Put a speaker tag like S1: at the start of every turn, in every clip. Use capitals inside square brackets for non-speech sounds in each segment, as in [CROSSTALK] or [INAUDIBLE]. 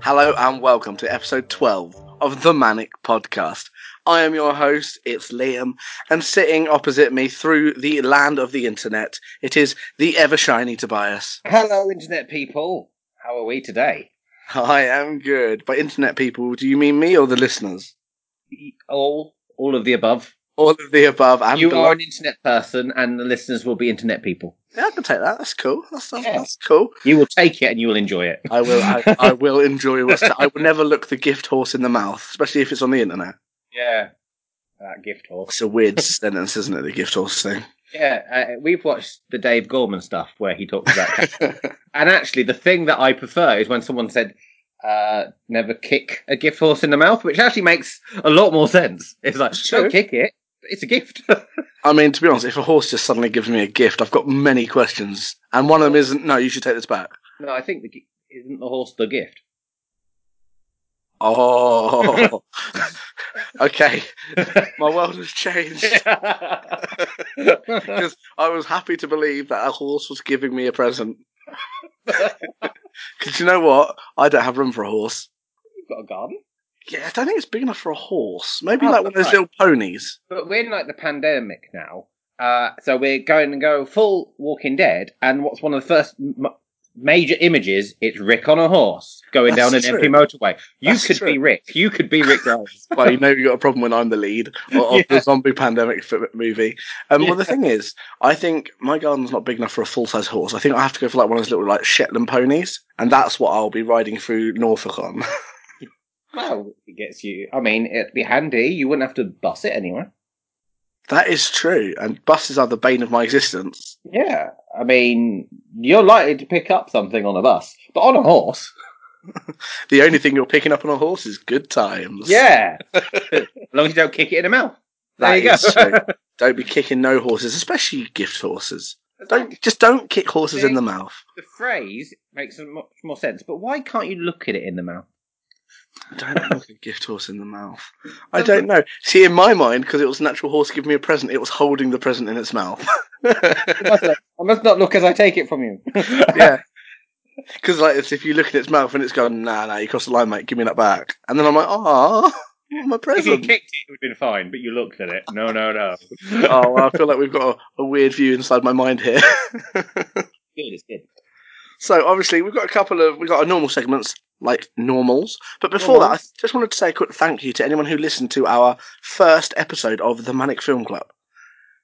S1: Hello and welcome to episode 12 of the Manic Podcast. I am your host, it's Liam, and sitting opposite me through the land of the internet, it is the ever shiny Tobias.
S2: Hello, internet people. How are we today?
S1: I am good. By internet people, do you mean me or the listeners?
S2: All, all of the above.
S1: All of the above and
S2: you
S1: below.
S2: are an internet person, and the listeners will be internet people.
S1: Yeah, I can take that. That's cool. That's, that's,
S2: Yeah.
S1: that's cool.
S2: You will take it, and you will enjoy it.
S1: I will. I, I will enjoy what's. I will never look the gift horse in the mouth, especially if it's on the internet.
S2: [LAUGHS] Yeah, that gift horse.
S1: It's a weird sentence, isn't it? The gift horse thing.
S2: Yeah, uh, we've watched the Dave Gorman stuff where he
S1: [LAUGHS]
S2: talks about. cats. [LAUGHS] and actually, the thing that I prefer is when someone said. Uh, never kick a gift horse in the mouth, which actually makes a lot more sense. It's like,
S1: It's true.
S2: don't kick it. It's a gift. [LAUGHS]
S1: I mean, to be honest, if a horse just suddenly gives me a gift, I've got many questions, and one of them isn't. No, you should take this back.
S2: no, I think the, gi- isn't the horse the gift?
S1: Oh, [LAUGHS] okay. My world has changed
S2: yeah,
S1: because I was happy to believe that a horse was giving me a present. [LAUGHS] Because you know what? I don't have room for a horse.
S2: you've got a garden.
S1: Yeah, I don't think it's big enough for a horse. Maybe
S2: Oh,
S1: like one of those
S2: right.
S1: little ponies.
S2: But we're in like the pandemic now, uh, so we're going to go full Walking Dead. And what's one of the first m- major images? It's Rick on a horse going
S1: That's
S2: down an
S1: true.
S2: empty motorway. You
S1: That's
S2: could
S1: true.
S2: be Rick. You could be Rick Grimes.
S1: well, you know you've got a problem when I'm the lead of, of the zombie pandemic f- movie. Um, Well, the thing is, I think my garden's not big enough for a full size horse. I think I have to go for like one of those little like Shetland ponies, and that's what I'll be riding through Norfolk on. [LAUGHS]
S2: well, it gets you. I mean, it'd be handy. You wouldn't have to bus it anywhere.
S1: that is true, and buses are the bane of my existence.
S2: Yeah, I mean, you're likely to pick up something on a bus, but on a horse.
S1: The only thing you're picking up on a horse is good times.
S2: Yeah, as long as you don't kick it in the mouth. There
S1: That
S2: you go.
S1: is true.
S2: [LAUGHS]
S1: Don't be kicking no horses, especially gift horses. Don't just don't kick horses in the mouth.
S2: the phrase makes much more sense. But why can't you look at it in the mouth?
S1: Don't look a gift horse in the mouth. Um, I don't know. See, in my mind, because it was an actual horse giving me a present, it was holding the present in its [LAUGHS] mouth.
S2: I must, I must not look as I take it from you.
S1: yeah. Because like, it's if you look in its mouth and it's going, nah, nah, you crossed the line, mate, give me that back. And then I'm like, ah, [LAUGHS] my
S2: [LAUGHS] if you
S1: present.
S2: kicked it, it would have been fine. But you looked at it. No, no, [LAUGHS] no.
S1: oh, well, I feel like we've got a, a weird view inside my mind here. [LAUGHS]
S2: Good, it's good.
S1: so obviously, we've got a couple of we've got our normal segments like normals. But before that, I
S2: Normals.
S1: just wanted to say a quick thank you to anyone who listened to our first episode of the Manic Film Club.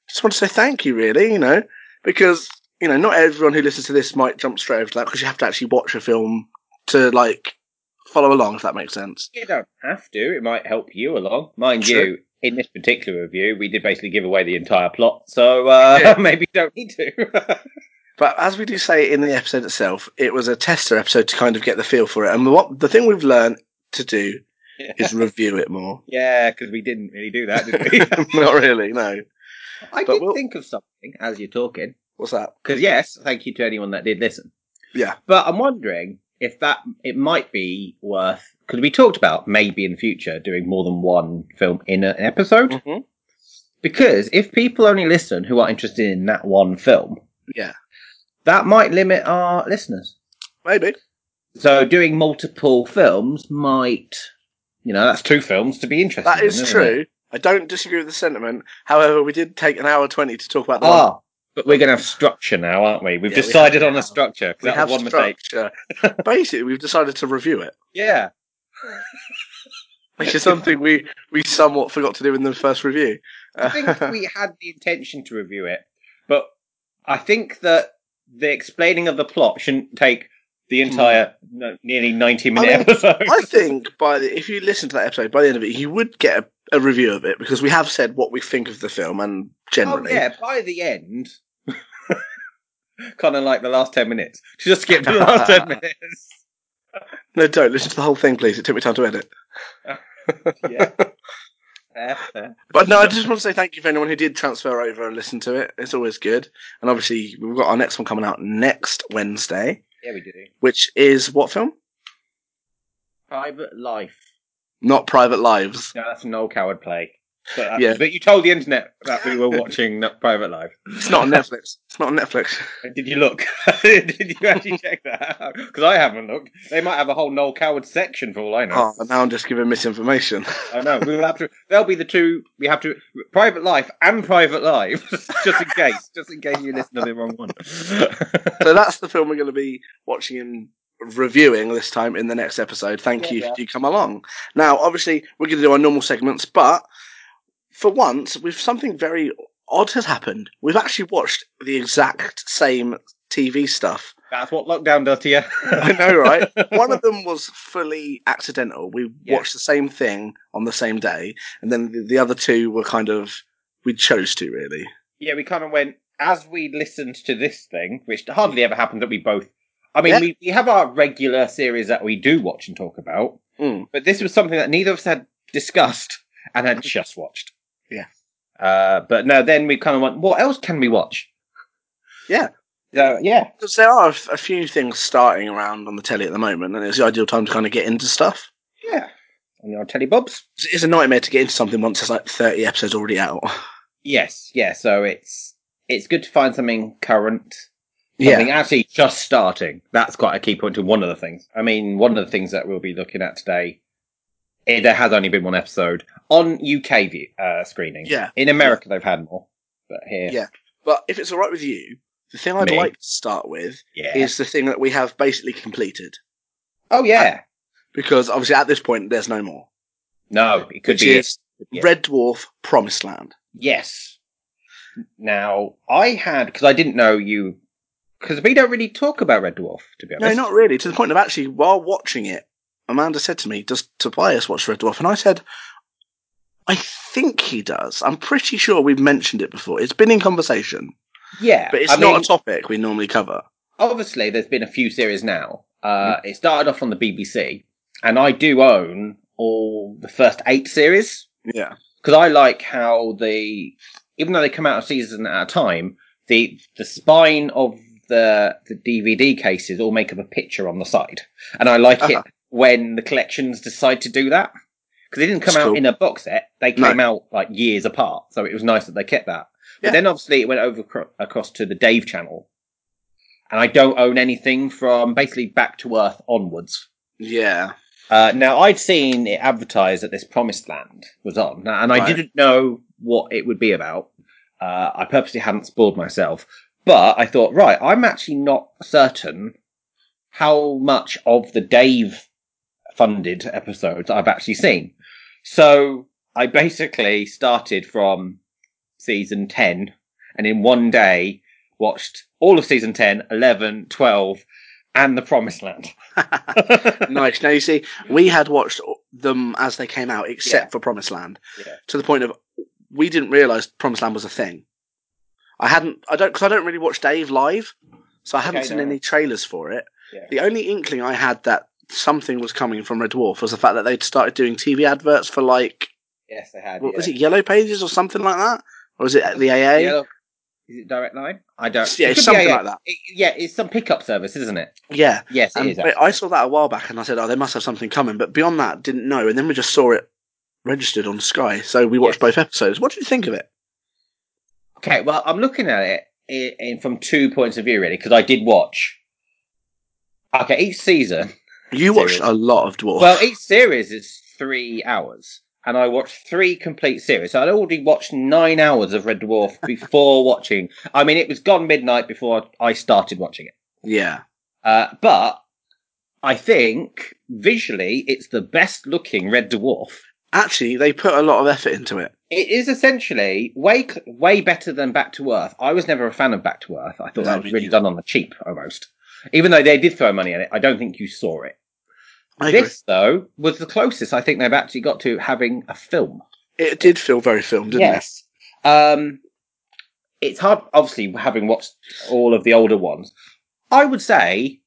S1: Just want to say thank you, really, you know, because you know not everyone who listens to this might jump straight over to that because you have to actually watch a film to like follow along, if that makes sense.
S2: You don't have to. It might help you along, mind
S1: True.
S2: you. In this particular review, we did basically give away the entire plot, so uh,
S1: Yeah.
S2: [LAUGHS] maybe you don't need to. [LAUGHS]
S1: But as we do say in the episode itself, it was a tester episode to kind of get the feel for it. And what the thing we've learned to do is review it
S2: [LAUGHS]
S1: more.
S2: yeah, because we didn't really do that, did
S1: [LAUGHS]
S2: we?
S1: not really, no.
S2: [LAUGHS] I
S1: But
S2: did
S1: we'll-
S2: think of something as you're talking.
S1: What's that?
S2: Because yes, thank you to anyone that did listen.
S1: Yeah.
S2: But I'm wondering if that it might be worth because we talked about maybe in the future doing more than one film in a- an episode.
S1: Mm-hmm.
S2: Because if people only listen who are interested in that one film,
S1: Yeah.
S2: that might limit our listeners.
S1: Maybe.
S2: So doing multiple films might, you know, that's two films to be interested.
S1: That
S2: in,
S1: is
S2: isn't it?
S1: true. I don't disagree with the sentiment. However, we did take an hour 20 to talk about the one.
S2: Ah, but we're going to have structure now, aren't we? We've
S1: Yeah, we
S2: decided
S1: have
S2: on
S1: now.
S2: a structure. 'cause
S1: We
S2: that
S1: have
S2: was one mistake.
S1: structure.
S2: [LAUGHS]
S1: Basically, we've decided to review it,
S2: Yeah.
S1: which is something we, we somewhat forgot to do in the first review. Uh,
S2: I think
S1: [LAUGHS]
S2: we had the intention to review it, but I think that the explaining of the plot shouldn't take the entire no, nearly ninety minute
S1: Hmm. I mean,
S2: episode.
S1: I think by the, if you listen to that episode, by the end of it, you would get a, a review of it because we have said what we think of the film and
S2: oh
S1: generally.
S2: yeah, by the end, [LAUGHS] kind of like the last ten minutes. Just skip the
S1: [LAUGHS]
S2: last ten minutes.
S1: No, don't listen to the whole thing, please. It took me time to edit.
S2: Yeah. Fair, fair.
S1: But no, I just want to say thank you for anyone who did transfer over and listen to it. It's always good. And obviously, we've got our next one coming out next Wednesday,
S2: Yeah, we do.
S1: which is what film?
S2: Private Life.
S1: Not Private Lives.
S2: No, that's an old coward play. But, that-
S1: Yeah.
S2: but you told the internet that we were watching [LAUGHS] N- Private Life.
S1: It's not on Netflix. It's not on Netflix.
S2: Did you look? [LAUGHS] Did you actually check that? Because I haven't looked. They might have a whole Noel Coward section for all I know.
S1: Oh, and now I'm just giving misinformation.
S2: I know. We will have to. There'll be the two. We have to private life and private life, [LAUGHS] just in case. Just in case you listen to the wrong one. [LAUGHS]
S1: so that's the film we're going to be watching and reviewing this time in the next episode. Thank
S2: Yeah,
S1: you
S2: yeah.
S1: if you come along. Now, obviously, we're going to do our normal segments, but for once, we've something very odd has happened. We've actually watched the exact same TV stuff.
S2: That's what lockdown does to you. [LAUGHS]
S1: I know, right? One of them was fully accidental. We
S2: Yeah.
S1: watched the same thing on the same day, and then the, the other two were kind of we chose to really.
S2: yeah, we kind of went as we listened to this thing, which hardly ever happened that we both. I mean,
S1: Yeah.
S2: we, we have our regular series that we do watch and talk about,
S1: Mm.
S2: but this was something that neither of us had discussed
S1: [LAUGHS]
S2: and had just watched.
S1: Yeah.
S2: Uh, but no, then we kind of went, what else can we watch?
S1: Yeah.
S2: So, yeah.
S1: Because there are a f- a few things starting around on the telly at the moment, and it's the ideal time to kind of get into stuff.
S2: Yeah. And I'll tell you, Bob's.
S1: It's- It's a nightmare to get into something once there's like 30 episodes already out.
S2: Yes, yeah. So it's it's good to find something current,
S1: Yeah.
S2: something actually just starting. That's quite a key point to one of the things. I mean, one of the things that we'll be looking at today. eh, there has only been one episode on UK view uh, screening.
S1: [LAUGHS] Yeah.
S2: in America they've had more, but here,
S1: Yeah. But if it's all right with you, the thing I'd
S2: Me?
S1: like to start with
S2: yeah.
S1: is the thing that we have basically completed.
S2: oh yeah,
S1: Because obviously at this point, there's no more.
S2: no, it could
S1: Which
S2: be
S1: is
S2: Yeah.
S1: Red Dwarf Promised Land.
S2: Yes. Now I had because I didn't know you because we don't really talk about Red Dwarf to be
S1: No,
S2: honest.
S1: not really. To the point of actually, while watching it, Amanda said to me, Does Tobias watch Red Dwarf? And I said, I think he does. I'm pretty sure we've mentioned it before. It's been in conversation,
S2: yeah,
S1: but it's
S2: I
S1: not
S2: mean-
S1: a topic we normally cover.
S2: obviously there's been a few series now. Uh, It started off on the BBC, and I do own all the first eight series
S1: Yeah.
S2: because I like how the even though they come out a season at a time, the the spine of the the DVD cases all make up a picture on the side, and I like
S1: Uh-huh.
S2: it when the collections decide to do that because they didn't come
S1: That's
S2: out
S1: cool.
S2: in a box set; they
S1: No.
S2: came out like years apart. So it was nice that they kept that. But
S1: Yeah.
S2: then obviously it went over acro- across to the Dave channel, and I don't own anything from basically Back to Earth onwards.
S1: Yeah.
S2: Uh, now I'd seen it advertised that this Promised Land was on, now- and I
S1: Right.
S2: didn't know what it would be about. Uh, I purposely hadn't spoiled myself, but I thought, right, I'm actually not certain how much of the Dave funded episodes I've actually seen. So I basically started from season 10 and in one day watched all of season 10, 11, 12 and the Promised Land. [LAUGHS]
S1: nice. Now you see, we had watched them as they came out, except
S2: Yeah.
S1: for Promised Land,
S2: Yeah.
S1: to the point of we didn't realize Promised Land was a thing. I hadn't. I don't because I don't really watch Dave live, so I haven't
S2: Okay,
S1: seen
S2: no.
S1: any trailers for it.
S2: Yeah.
S1: The only inkling I had that something was coming from Red Dwarf was the fact that they'd started doing TV adverts for like
S2: Yes, they had.
S1: what was
S2: yeah.
S1: it Yellow Pages or something like that, or was it the AA?
S2: Yeah, look, Is it Direct Line? I don't.
S1: Yeah,
S2: it could be
S1: something
S2: AA.
S1: like that.
S2: It- yeah, it's some pickup service, isn't it?
S1: Yeah.
S2: Yes, it
S1: And
S2: is.
S1: I-
S2: actually.
S1: Um, I saw that a while back, and I said, "Oh, they must have something coming." But beyond that, didn't know. And then we just saw it registered on Sky, so we watched
S2: Yes.
S1: both episodes. What did you think of it?
S2: Okay, well, I'm looking at it in, in from two points of view, really, because I did watch. Okay, each season.
S1: You watched
S2: Serious.
S1: a lot of Dwarf.
S2: Well, each series is three hours, and I watched three complete series. So I'd already watched nine hours of Red Dwarf
S1: [LAUGHS]
S2: before watching. I mean, it was gone midnight before I started watching it.
S1: yeah,
S2: Uh, but I think visually, it's the best looking Red Dwarf
S1: actually, they put a lot of effort into it.
S2: It is essentially way c- way better than Back to Earth. I was never a fan of Back to Earth. I thought
S1: No,
S2: that was
S1: me
S2: really
S1: neither.
S2: done on the cheap almost. Even though they did throw money at it, I don't think you saw it.
S1: I agree.
S2: this though was the closest I think they've actually got to having a film.
S1: It did feel very filmed, didn't
S2: yes. Um, it's hard, obviously, having watched all of the older ones. I would say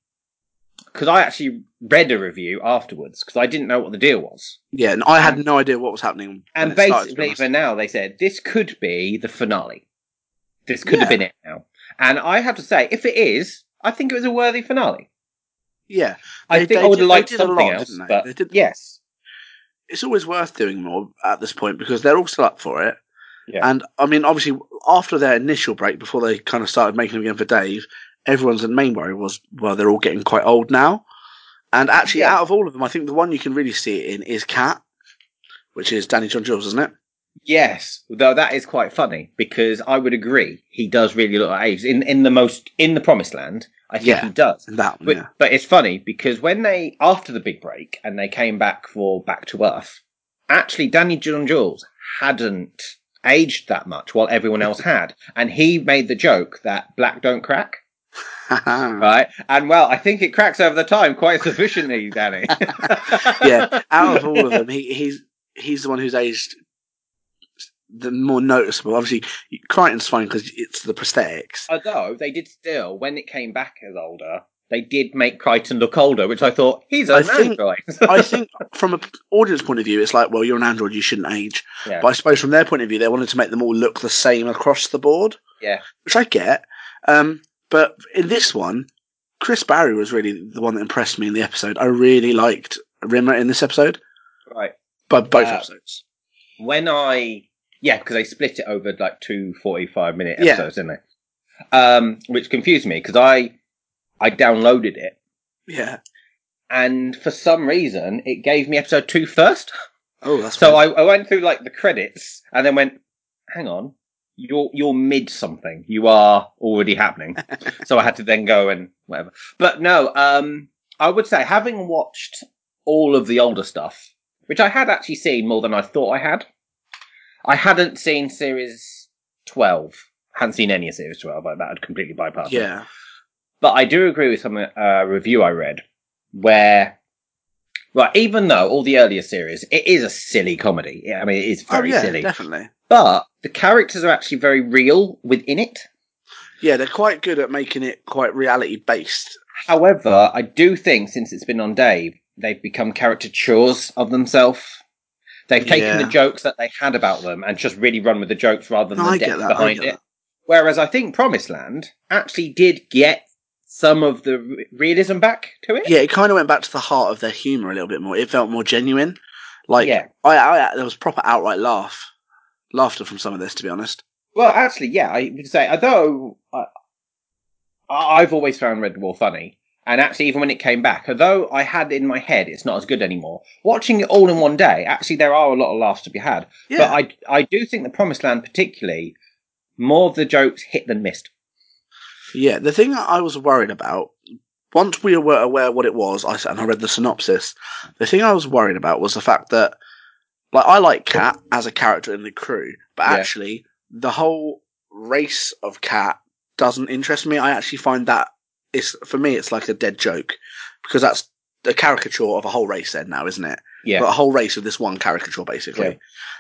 S2: because I actually read a review afterwards because I didn't know what the deal was.
S1: it? Yeah, and I had no idea what was happening.
S2: And
S1: when it started, to be
S2: basically,
S1: honest.
S2: for now, they said this could be the finale. This could have
S1: Yeah.
S2: been it now. And I have to say, if it is, I think it was a worthy finale.
S1: yeah,
S2: I
S1: They-
S2: think
S1: they
S2: I would
S1: did-
S2: have
S1: they
S2: liked
S1: did a lot,
S2: something else,
S1: didn't they?
S2: but
S1: They did-
S2: yes,
S1: it's always worth doing more at this point because they're all still up for it.
S2: Yeah.
S1: And I mean, obviously, after their initial break, before they kind of started making them again for Dave, everyone's main worry was, well, they're all getting quite old now. And actually,
S2: Yeah.
S1: out of all of them, I think the one you can really see it in is Cat, which is Danny John Jules, isn't it?
S2: Yes, though that is quite funny because I would agree he does really look like Aves in in the most in the Promised Land. I think
S1: Yeah.
S2: he does.
S1: And that one,
S2: But
S1: yeah.
S2: but it's funny because when they after the big break and they came back for Back to Earth, actually Danny John Jules hadn't aged that much while everyone else had, and he made the joke that black don't crack, right? And well, I think it cracks over the time quite sufficiently, Danny.
S1: [LAUGHS] yeah, [LAUGHS] out of all of them, he, he's he's the one who's aged the more noticeable. Obviously, Crichton's fine because it's the prosthetics.
S2: Although they did still, when it came back as older, they did make Crichton look older, which I thought he's
S1: I
S2: an
S1: think-
S2: android.
S1: I think from an audience point of view, it's like, well, you're an android, you shouldn't age.
S2: [LAUGHS] yeah.
S1: But I suppose from their point of view, they wanted to make them all look the same across the board,
S2: yeah,
S1: which I get. Um, but in this one, Chris Barry was really the one that impressed me in the episode. I really liked Rimmer in this episode,
S2: right.
S1: but both
S2: Yeah.
S1: episodes.
S2: When I yeah, because they split it over like two 45 minute
S1: Yeah.
S2: episodes, didn't they? Um, which confused me because I I downloaded it
S1: Yeah.
S2: and for some reason it gave me episode two first.
S1: Oh, that's
S2: So
S1: weird.
S2: I, I went through like the credits and then went, hang on, you're you're mid something. You are
S1: [LAUGHS]
S2: already happening. so I had to then go and whatever. But no, um, I would say having watched all of the older stuff, which I had actually seen more than I thought I had. I hadn't seen series twelve. Hadn't seen any of series twelve. Like that had completely bypassed. it.
S1: yeah.
S2: But I do agree with some uh, review I read where, right, even though all the earlier series, it is a silly comedy. Yeah, I mean, it is
S1: Oh,
S2: very
S1: yeah,
S2: silly.
S1: definitely.
S2: But the characters are actually very real within it.
S1: Yeah, they're quite good at making it quite reality based.
S2: However, I do think since it's been on Dave, they've become caricatures of themselves. They've taken
S1: Yeah.
S2: the jokes that they had about them and just really run with the jokes rather than
S1: No, I
S2: the
S1: get
S2: depth
S1: that, I
S2: behind
S1: get
S2: it.
S1: that.
S2: Whereas I think Promised Land actually did get some of the re- realism back to it.
S1: Yeah, it kind of went back to the heart of their humor a little bit more. It felt more genuine. Like,
S2: Yeah.
S1: I, I there was proper outright laugh, laughter from some of this. To be honest,
S2: Well, actually, yeah, I would say, although I, I- I've always found Red Dwarf funny, and actually, even when it came back, although I had in my head it's not as good anymore, watching it all in one day, actually, there are a lot of laughs to be had.
S1: yeah,
S2: But I, I do think The Promised Land, particularly, more of the jokes hit than missed.
S1: yeah. The thing that I was worried about once we were aware what it was, I s- and I read the synopsis. The thing I was worried about was the fact that, like, I like Cat as a character in the crew, but
S2: Yeah.
S1: actually, the whole race of Cat doesn't interest me. I actually find that it's for me, it's like a dead joke because that's a caricature of a whole race. Then now, isn't it?
S2: Yeah.
S1: but a whole race of this one caricature basically.
S2: Yeah.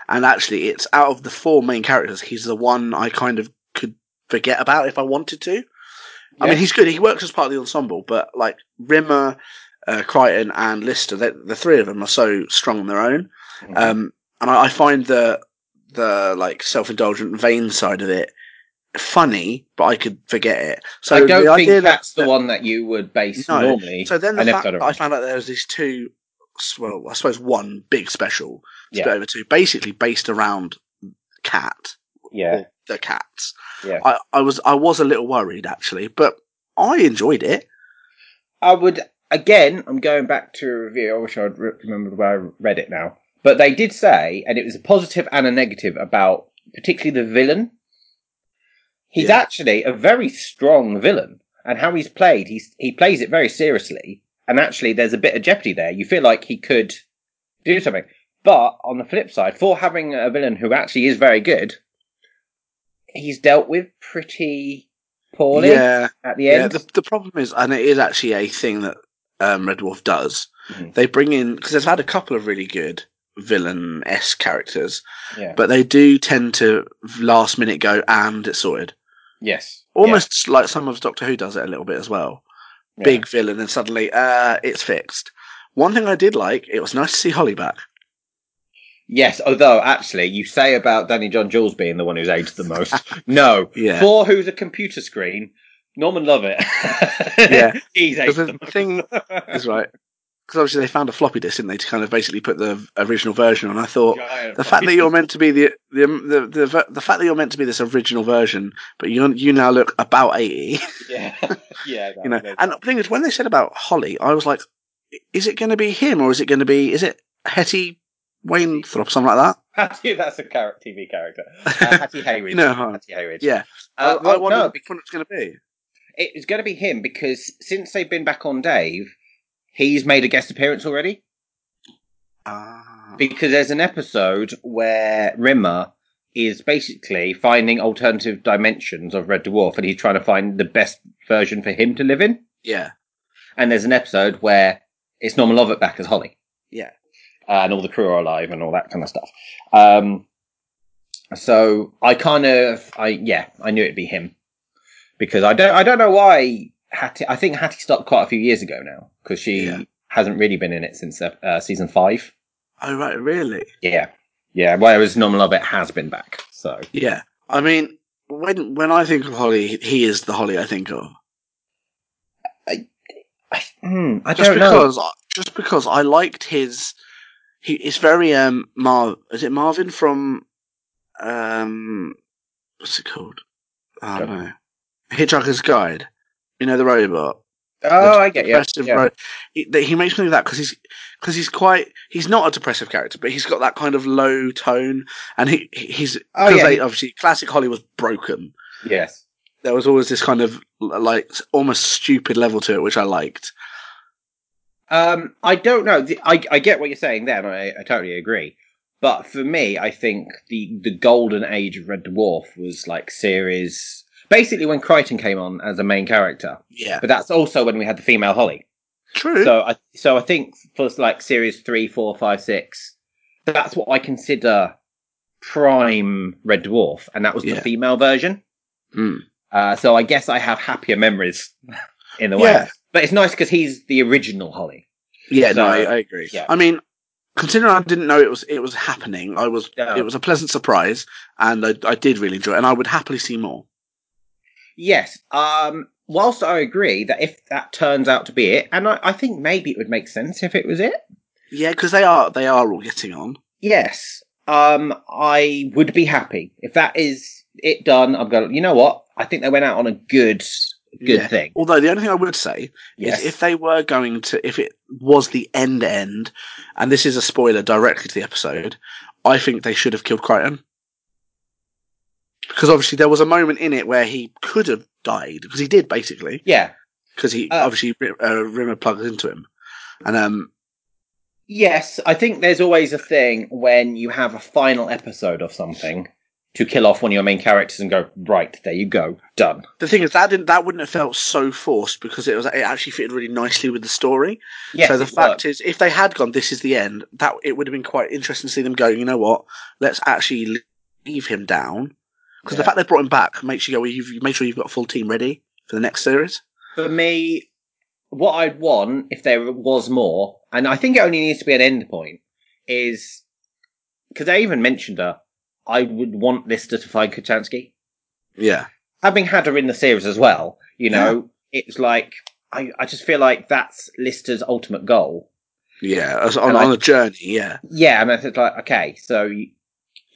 S1: And actually, it's out of the four main characters, he's the one I kind of could forget about if I wanted to. I
S2: Yeah.
S1: mean, he's good. He works as part of the ensemble, but like Rimmer, uh, Crichton, and Lister, they, the three of them are so strong on their own.
S2: Mm. Mm-hmm.
S1: Um, and I, I find the the like self indulgent, vain side of it funny, but I could forget it. So
S2: I don't
S1: the
S2: think
S1: idea that-
S2: that's the one that you would base
S1: No.
S2: normally.
S1: so then
S2: I
S1: the
S2: never
S1: fact
S2: got
S1: that
S2: it
S1: I
S2: right.
S1: found out there was these two, well, I suppose one big special split
S2: Yeah.
S1: over two, basically based around Cat,
S2: Yeah,
S1: or the cats.
S2: yeah.
S1: I, I was I was a little worried actually, but I enjoyed it.
S2: I would again. I'm going back to a review. I wish I'd re- remembered where I read it now. But they did say, and it was a positive and a negative about particularly the villain. He's
S1: Yeah.
S2: actually a very strong villain, and how he's played, he's he plays it very seriously. And actually, there's a bit of jeopardy there. You feel like he could do something. But on the flip side, for having a villain who actually is very good, he's dealt with pretty poorly
S1: Yeah,
S2: at the
S1: yeah.
S2: end.
S1: The, the problem is, and it is actually a thing that um, Red Dwarf does.
S2: Mhm.
S1: They bring in because they've had a couple of really good villain s characters,
S2: Yeah.
S1: but they do tend to last minute go and it's sorted.
S2: yes.
S1: Almost like some of Doctor Who does it a little bit as well.
S2: Yeah.
S1: big villain, and suddenly uh, it's fixed. One thing I did like, it was nice to see Holly back.
S2: Yes, although actually, you say about Danny John Jules being the one who's aged
S1: [LAUGHS]
S2: the most. no,
S1: Yeah.
S2: for who's a computer screen, Norman Lovett.
S1: [LAUGHS] Yeah.
S2: [LAUGHS] he's aged
S1: Because
S2: the
S1: the thing [LAUGHS]
S2: most.
S1: is right. because obviously they found a floppy disk, didn't they, to kind of basically put the original version on. I thought [LAUGHS]
S2: Giant
S1: the fact that you're meant to be the the um, the the, ver- the fact that you're meant to be this original version, but you you now look about eighty.
S2: [LAUGHS]
S1: [LAUGHS]
S2: yeah, yeah, no,
S1: you know,
S2: no.
S1: and the thing is, when they said about Holly, I was like, is it going to be him or is it going to be is it Hetty Wainthrop something like that?
S2: Hattie, that's a char- TV character.
S1: [LAUGHS]
S2: Uh, Hattie Hayridge.
S1: You know, huh?
S2: Hattie Hayridge.
S1: Yeah,
S2: Uh,
S1: I, I
S2: well,
S1: wonder
S2: no,
S1: which one it's going to be.
S2: it's going to be him because since they've been back on Dave, he's made a guest appearance already.
S1: Ah,
S2: Because there's an episode where Rimmer is basically finding alternative dimensions of Red Dwarf and he's trying to find the best version for him to live in.
S1: yeah,
S2: And there's an episode where it's Norman Lovett back as Holly.
S1: Yeah.
S2: Uh, and all the crew are alive and all that kind of stuff. Um, so I kind of, I yeah, I knew it'd be him because I don't, I don't know why Hattie. I think Hattie stopped quite a few years ago now because she
S1: Yeah.
S2: hasn't really been in it since uh, uh, season five.
S1: oh right, really?
S2: Yeah, yeah. Whereas Norman Lovett has been back. So
S1: Yeah, I mean, when when I think of Holly, he is the Holly I think of.
S2: I, hmm, I
S1: just
S2: don't know.
S1: because just because I liked his he it's very um Mar is it Marvin from um what's it called? I don't know. Hitchhiker's Guide. You know the robot.
S2: Oh, I get you.
S1: Depressive
S2: Yeah.
S1: ro- he, that- he makes me think of that because he's because he's quite he's not a depressive character, but he's got that kind of low tone, and he he- he's
S2: Oh,
S1: because
S2: yeah.
S1: they obviously classic Holly was broken.
S2: Yes.
S1: There was always this kind of like almost stupid level to it, which I liked.
S2: Um, I don't know. The- I, I get what you're saying there, and I, I totally agree. But for me, I think the, the golden age of Red Dwarf was like series. Basically, when Crichton came on as a main character,
S1: Yeah,
S2: but that's also when we had the female Holly.
S1: true.
S2: So I so I think for like series three, four, five, six, that's what I consider prime Red Dwarf, and that was the
S1: Yeah.
S2: female version.
S1: Mm.
S2: Uh, so I guess I have happier memories in a way.
S1: Yeah.
S2: But it's nice because he's the original Holly.
S1: Yeah, no,
S2: So,
S1: I, I agree.
S2: yeah.
S1: I mean, considering I didn't know it was it was happening, I was
S2: Yeah.
S1: it was a pleasant surprise, and I, I did really enjoy it, and I would happily see more.
S2: Yes. Um, whilst I agree that if that turns out to be it, and I, I think maybe it would make sense if it was it.
S1: Yeah, because they are they are all getting on.
S2: Yes. Um, I would be happy if that is it done. I've got. You know what? I think they went out on a good, good
S1: Yeah.
S2: thing.
S1: Although the only thing I would say
S2: Yes.
S1: is if they were going to, if it was the end end, and this is a spoiler directly to the episode, I think they should have killed Crichton. Because obviously there was a moment in it where he could have died because he did basically
S2: yeah.
S1: because he
S2: Uh,
S1: obviously uh, Rimmer plugged into him, and um
S2: Yes. I think there's always a thing when you have a final episode of something to kill off one of your main characters and go right there you go done.
S1: The thing is that didn't that wouldn't have felt so forced because it was it actually fitted really nicely with the story.
S2: Yes.
S1: so the
S2: it
S1: fact
S2: worked.
S1: is, if they had gone, this is the end. That it would have been quite interesting to see them go. You know what? Let's actually leave him down because the
S2: Yeah.
S1: fact they brought him back makes you go. Well, you've you made sure you've got a full team ready for the next series.
S2: for me, what I'd want if there was more, and I think it only needs to be an end point, is because I even mentioned her. I would want Lister to find Kachansky.
S1: Yeah,
S2: Having had her in the series as well, you know, it's like I, I just feel like that's Lister's ultimate goal.
S1: yeah. as- On,
S2: And I-
S1: on a journey. Yeah,
S2: Yeah, and I think like okay, so you-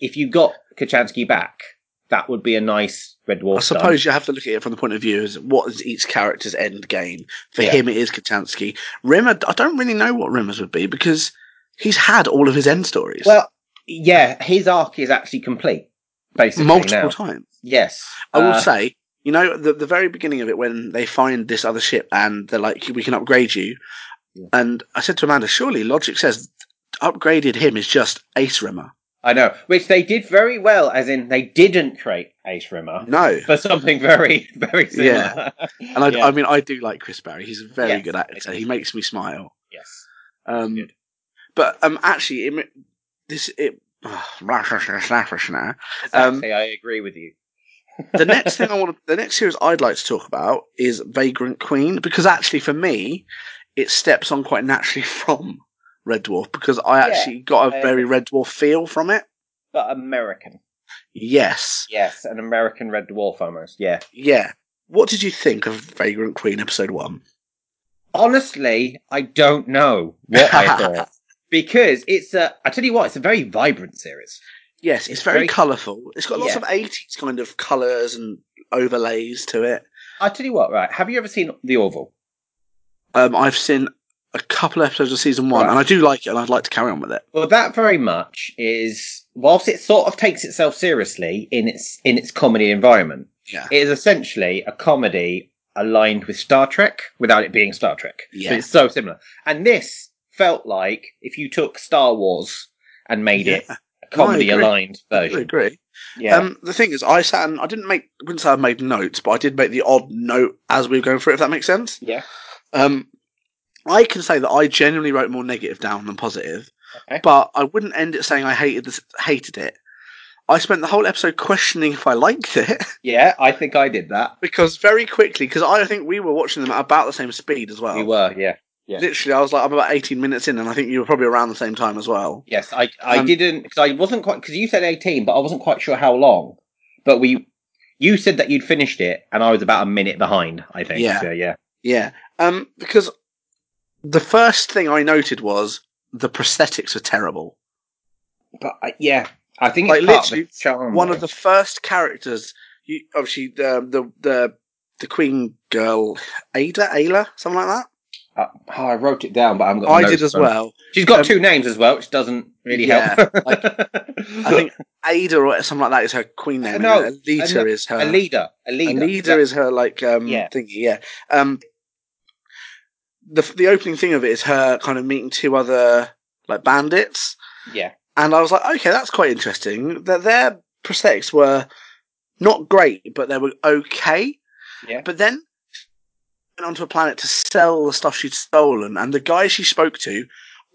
S2: if you got Kachansky back, that would be a nice Red Dwarf.
S1: I
S2: done.
S1: suppose you have to look at it from the point of view as what is each character's end game. For
S2: Yeah.
S1: him, it is Kachansky. Rimmer. I don't really know what Rimmer's would be because he's had all of his end stories
S2: Well, yeah, his arc is actually complete, basically
S1: multiple
S2: now.
S1: times.
S2: Yes,
S1: I will
S2: Uh,
S1: say, you know, the the very beginning of it when they find this other ship and they're like, "We can upgrade you,"
S2: Yeah.
S1: and I said to Amanda, "Surely logic says upgraded him is just Ace Rimmer."
S2: I know, which they did very well, as in they didn't create Ace Rimmer [LAUGHS]
S1: No,
S2: for something very, very similar.
S1: and
S2: [LAUGHS]
S1: I,
S2: Yeah.
S1: I mean, I do like Chris Barry. He's a very
S2: Yes.
S1: good actor. He makes me smile.
S2: yes.
S1: Um,
S2: Good.
S1: but um, actually, it, ma- this it. [SIGHS] Um,
S2: Exactly, I agree with you.
S1: the next thing I want to, the next series I'd like to talk about is Vagrant Queen because actually for me, it steps on quite naturally [LAUGHS] from Red Dwarf because I
S2: Yeah,
S1: actually got a
S2: I
S1: very
S2: agree.
S1: Red Dwarf feel from it.
S2: But American.
S1: Yes,
S2: Yes, an American Red Dwarf almost, yeah.
S1: yeah. What did you think of Vagrant Queen episode one?
S2: Honestly, I don't know
S1: [LAUGHS]
S2: what I thought because it's a. I tell you what, it's a very vibrant series.
S1: Yes, it's,
S2: It's
S1: very,
S2: very-
S1: colourful. It's got lots
S2: Yeah.
S1: of 80s kind of colours and overlays to it.
S2: I tell you what, right? Have you ever seen The Orville?
S1: Um, I've seen a couple of episodes of season one,
S2: Right.
S1: and I do like it, and I'd like to carry on with it.
S2: Well, that very much is whilst it sort of takes itself seriously in its in its comedy environment.
S1: Yeah.
S2: It is essentially a comedy aligned with Star Trek without it being Star Trek.
S1: Yeah.
S2: So it's so similar. And this felt like if you took Star Wars and made it a
S1: No, I
S2: comedy
S1: agree.
S2: aligned
S1: I
S2: version.
S1: agree.
S2: Yeah.
S1: Um, the thing is, I sat and I didn't make, wouldn't say I made notes, but I did make the odd note as we were going through it, if that makes sense.
S2: yeah.
S1: Um, I can say that I genuinely wrote more negative down than positive,
S2: Okay.
S1: but I wouldn't end it saying I hated this, hated it. I spent the whole episode questioning if I liked it [LAUGHS]
S2: Yeah, I think I did that.
S1: because very quickly, because I think we were watching them at about the same speed as well.
S2: We were, yeah. yeah.
S1: Literally, I was like, I'm about 18 minutes in, and I think you were probably around the same time as well.
S2: Yes, I I
S1: Um,
S2: didn't because I wasn't quite because you said eighteen, but I wasn't quite sure how long. But we, you said that you'd finished it, and I was about a minute behind. I think.
S1: Yeah.
S2: So, yeah.
S1: Yeah. Um, because the first thing I noted was the prosthetics were terrible.
S2: But I, yeah, I think
S1: Like,
S2: it's part of the
S1: literally,
S2: charm,
S1: One
S2: though.
S1: of the first characters, you obviously the the the, the queen girl Ada Ayla, something like that.
S2: Uh, oh, I wrote it down, but I'm got.
S1: I
S2: notes
S1: did as
S2: on-
S1: well.
S2: She's got
S1: Um,
S2: two names as well, which doesn't really
S1: Yeah,
S2: help. [LAUGHS]
S1: I think Ada or something like that is her queen name.
S2: No,
S1: and Alita
S2: Al-
S1: is her.
S2: a leader, a
S1: And
S2: leader,
S1: Leader uh, is her like um
S2: Yeah.
S1: thingy, yeah. Um the the opening thing of it is her kind of meeting two other like bandits.
S2: yeah,
S1: And I was like, okay, that's quite interesting. That their prosthetics were not great, but they were okay.
S2: Yeah.
S1: But then she went onto a planet to sell the stuff she'd stolen, and the guy she spoke to,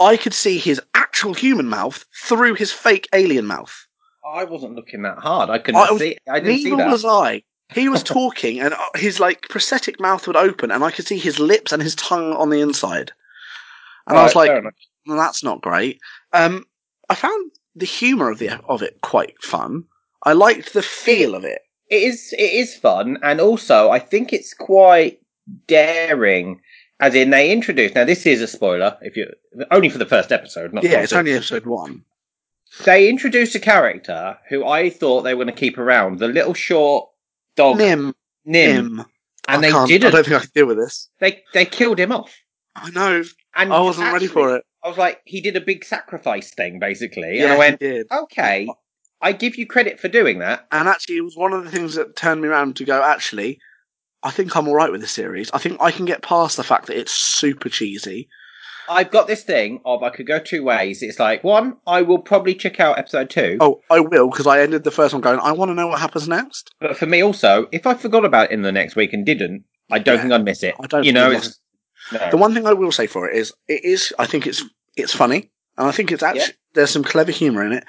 S1: I could see his actual human mouth through his fake alien mouth.
S2: I wasn't looking that hard. I couldn't
S1: I was-
S2: see. I didn't see
S1: Neither
S2: that.
S1: was I. He
S2: [LAUGHS]
S1: was talking, and uh, his like prosthetic mouth would open, and I could see his lips and his tongue on the inside. And I was
S2: Alright,
S1: like,
S2: fair enough.
S1: well, "That's not great." Um, I found the humor of the of it quite fun. I liked the feel of it.
S2: it is it is fun and also i think it's quite daring as in they introduce now this is a spoiler if you only for the first episode not the
S1: Yeah,
S2: whole
S1: it's
S2: thing.
S1: only episode one.
S2: they introduce a character who i thought they were going to keep around the little short dog nim,
S1: Nim, Nim,
S2: and
S1: I
S2: they
S1: can't- I
S2: didn't
S1: don't think I can deal with this.
S2: they they killed him off
S1: I know.
S2: and
S1: I wasn't ready for it.
S2: i was like he did a big sacrifice thing basically and
S1: Yeah,
S2: i went
S1: he did.
S2: okay i give you credit for doing that
S1: And actually, it was one of the things that turned me around to go, actually, I think I'm all right with this series. I think I can get past the fact that it's super cheesy.
S2: i've got this thing of i could go two ways it's like one i will probably check out episode two
S1: Oh, I will, because I ended the first one going, I want to know what happens next.
S2: But for me, also, if I forgot about it in the next week and didn't, I don't
S1: Yeah.
S2: think I'd miss it.
S1: I don't
S2: You
S1: think
S2: know,
S1: you'd
S2: it's no.
S1: The one thing I will say for it is, it is, I think it's, it's funny. And I think it's actually, there's some clever humor in it.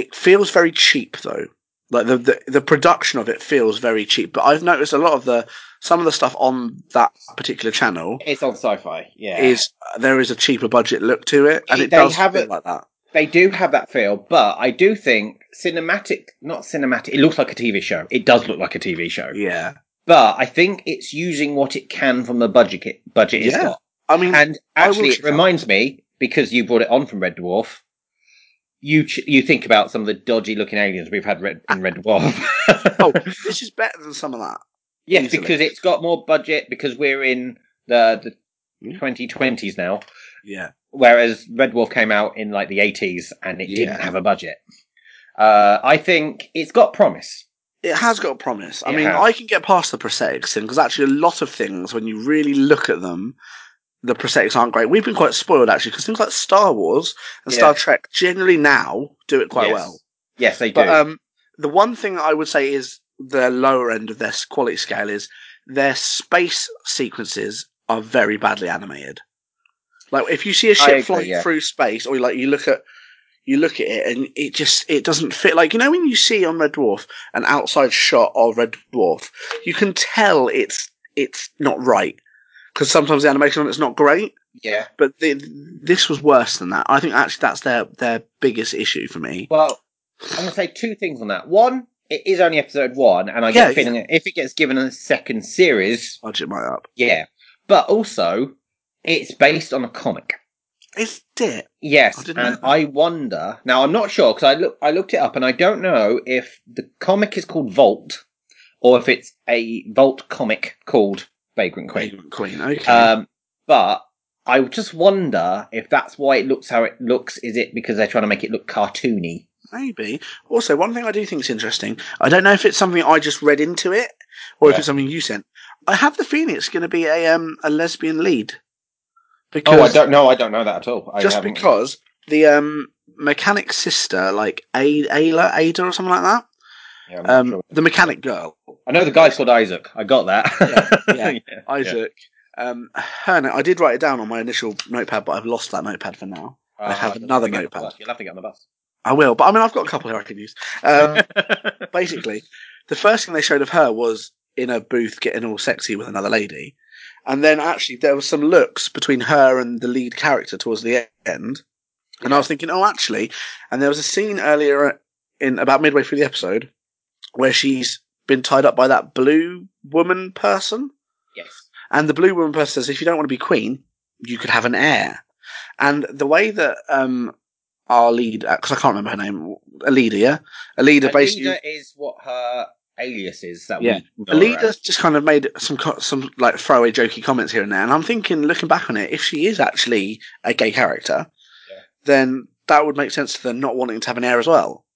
S1: It feels very cheap though. Like the, the, the production of it feels very cheap. But I've noticed a lot of the, some of the stuff on that particular channel
S2: it's on sci-fi. Yeah,
S1: is, there is a cheaper budget look to it. And it,
S2: They
S1: does
S2: have
S1: feel
S2: it-
S1: like that.
S2: they do have that feel, but I do think cinematic, not cinematic. It looks like a TV show. It does look like a TV show,
S1: Yeah.
S2: but I think it's using what it can from the budget. It, budget it's
S1: Yeah.
S2: got.
S1: I mean,
S2: And
S1: I will
S2: actually,
S1: check
S2: it
S1: that out.
S2: reminds me because you brought it on from Red Dwarf. You ch- you think about some of the dodgy looking aliens we've had red- in Red Dwarf. [LAUGHS]
S1: oh, this is better than some of that.
S2: Yeah,
S1: easily.
S2: because it's got more budget because we're in the the
S1: Yeah.
S2: twenty twenties now,
S1: Yeah.
S2: whereas Red Dwarf came out in like the eighties and it didn't
S1: Yeah.
S2: have a budget. Uh, I think it's got promise.
S1: It has got promise. I
S2: It
S1: mean,
S2: has.
S1: I can get past the prosthetics thing because actually, a lot of things, when you really look at them, the prosthetics aren't great. We've been quite spoiled actually because things like Star Wars and
S2: Yeah.
S1: Star Trek generally now do it quite
S2: Yes.
S1: well.
S2: Yes, they
S1: But
S2: do.
S1: um, the one thing that I would say is the lower end of their s- quality scale is their space sequences are very badly animated. Like if you see a ship
S2: agree,
S1: flying
S2: yeah.
S1: through space, or like you look at you look at it and it just it doesn't fit. Like you know when you see on Red Dwarf an outside shot of Red Dwarf, you can tell it's it's not right because sometimes the animation on it's not great.
S2: yeah.
S1: But the, this was worse than that. I think actually that's their their biggest issue for me.
S2: Well, I'm gonna say two things on that. One, it is only episode one, and I
S1: Yeah,
S2: get a feeling that if it gets given a second series,
S1: Budget might up.
S2: yeah. But also, It's based on a comic.
S1: Is it? I
S2: Yes,
S1: didn't
S2: and
S1: know that.
S2: I wonder now. I'm not sure because I look I looked it up, and I don't know if the comic is called Vault or if it's a Vault comic called Vagrant Queen.
S1: Queen. Queen. Okay.
S2: Um, but I just wonder if that's why it looks how it looks. Is it because they're trying to make it look cartoony?
S1: Maybe. Also, one thing I do think is interesting. I don't know if it's something I just read into it, or if
S2: Yeah.
S1: it's something you sent. I have the feeling it's going to be a um a lesbian lead. Because
S2: Oh, I don't know. I don't know that at all. I
S1: just
S2: haven't-
S1: because the um mechanic's sister, like a- Ayla, Ada, or something like that.
S2: Yeah, I'm not
S1: Um,
S2: Oh, sure.
S1: the mechanic girl,
S2: I know the guy's called Isaac. I got that.
S1: Yeah,
S2: [LAUGHS]
S1: Isaac. Um, her. na- I did write it down on my initial notepad, but I've lost that notepad for now. I have
S2: don't
S1: another
S2: think I got
S1: notepad.
S2: that. You'll have to get on the bus.
S1: I will, but I mean, I've got a couple here I can use. Um, [LAUGHS] basically, the first thing they showed of her was in a booth getting all sexy with another lady. And then actually, there was some looks between her and the lead character towards the end. And I was thinking, oh, actually. And there was a scene earlier in about midway through the episode where she's been tied up by that blue woman person.
S2: yes.
S1: And the blue woman person says, if you don't want to be queen, you could have an heir. And the way that, um, our lead, because I can't remember her name, Alida, yeah? Alida basically.
S2: Alida is what her alias is. That
S1: Yeah.
S2: we know her
S1: Alida
S2: as.
S1: just kind of made some co- some like throwaway jokey comments here and there, and I'm thinking, looking back on it, if she is actually a gay character,
S2: Yeah.
S1: then that would make sense to them not wanting to have an heir as well.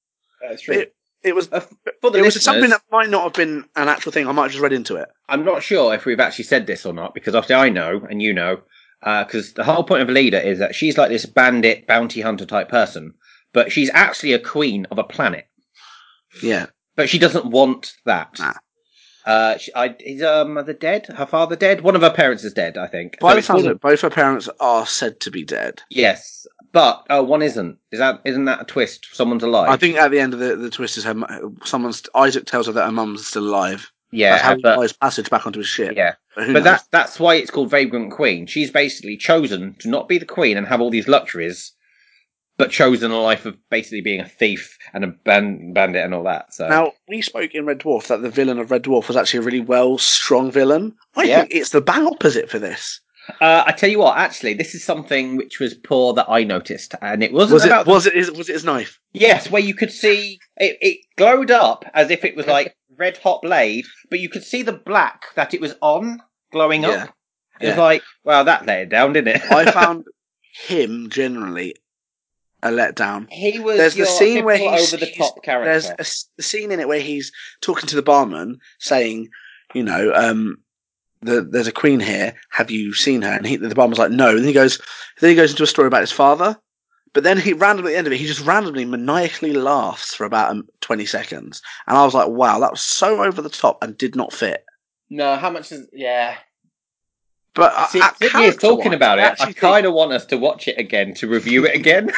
S2: That's true.
S1: It was
S2: Uh, For the
S1: it was
S2: listeners,
S1: something that might not have been an actual thing. I might have just read into it.
S2: I'm not sure if we've actually said this or not because obviously I know and you know because the whole point of Alida is that she's like this bandit bounty hunter type person, but she's actually a queen of a planet,
S1: Yeah,
S2: but she doesn't want that.
S1: Nah.
S2: Uh, she, I, is her mother dead? Her father dead? One of her parents is dead, I think.
S1: by
S2: So
S1: the
S2: it's
S1: sounds
S2: one-
S1: of it, both her parents are said to be dead.
S2: Yes, but oh, one isn't. Is that isn't that a twist? Someone's alive.
S1: I think at the end of the, the twist is her mu- someone's Isaac tells her that her mum's still alive.
S2: Yeah,
S1: That's how he
S2: but-
S1: buys passage back onto his ship.
S2: yeah.
S1: but,
S2: But that that's why it's called Vagrant Queen. She's basically chosen to not be the queen and have all these luxuries, but chosen a life of basically being a thief and a ban- bandit and all that. So
S1: Now, we spoke in Red Dwarf that the villain of Red Dwarf was actually a really well, strong villain. I
S2: Yeah.
S1: think it's the bang opposite for this.
S2: uh, I tell you what, actually, this is something which was poor that I noticed, and it wasn't
S1: Was it,
S2: about
S1: was, it his, was it his knife?
S2: yes, where you could see it, it glowed up as if it was like red hot blade, but you could see the black that it was on glowing
S1: Yeah.
S2: up. It was
S1: Yeah.
S2: like, wow, that let it down, didn't it? [LAUGHS]
S1: I found him generally a letdown.
S2: he was
S1: There's
S2: your
S1: the scene where
S2: typical
S1: he's,
S2: over the
S1: he's-
S2: top character.
S1: there's a s- a scene in it where he's talking to the barman, saying, you know, um, the, there's a queen here. Have you seen her? And he, the barman's like, no. And then he goes, then he goes into a story about his father. But then he randomly at the end of it, he just randomly maniacally laughs for about um, twenty seconds, and I was like, wow, that was so over the top and did not fit.
S2: No, how much is yeah?
S1: But uh,
S2: See,
S1: at
S2: Sydney is talking
S1: character-wise,
S2: about
S1: I
S2: it.
S1: actually
S2: I
S1: think-
S2: kind of want us to watch it again to review it [LAUGHS] again.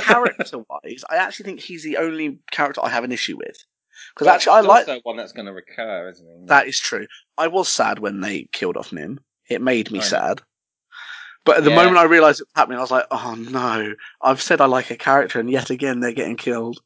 S1: character wise, I actually think he's the only character I have an issue with. Because
S2: Well,
S1: actually, I
S2: it's
S1: like
S2: also one that's going to recur, isn't it?
S1: that is true. I was sad when they killed off Nim. It made me
S2: I know.
S1: sad. But at the
S2: Yeah.
S1: moment I realised it was happening, I was like, oh no, I've said I like a character and yet again they're getting killed.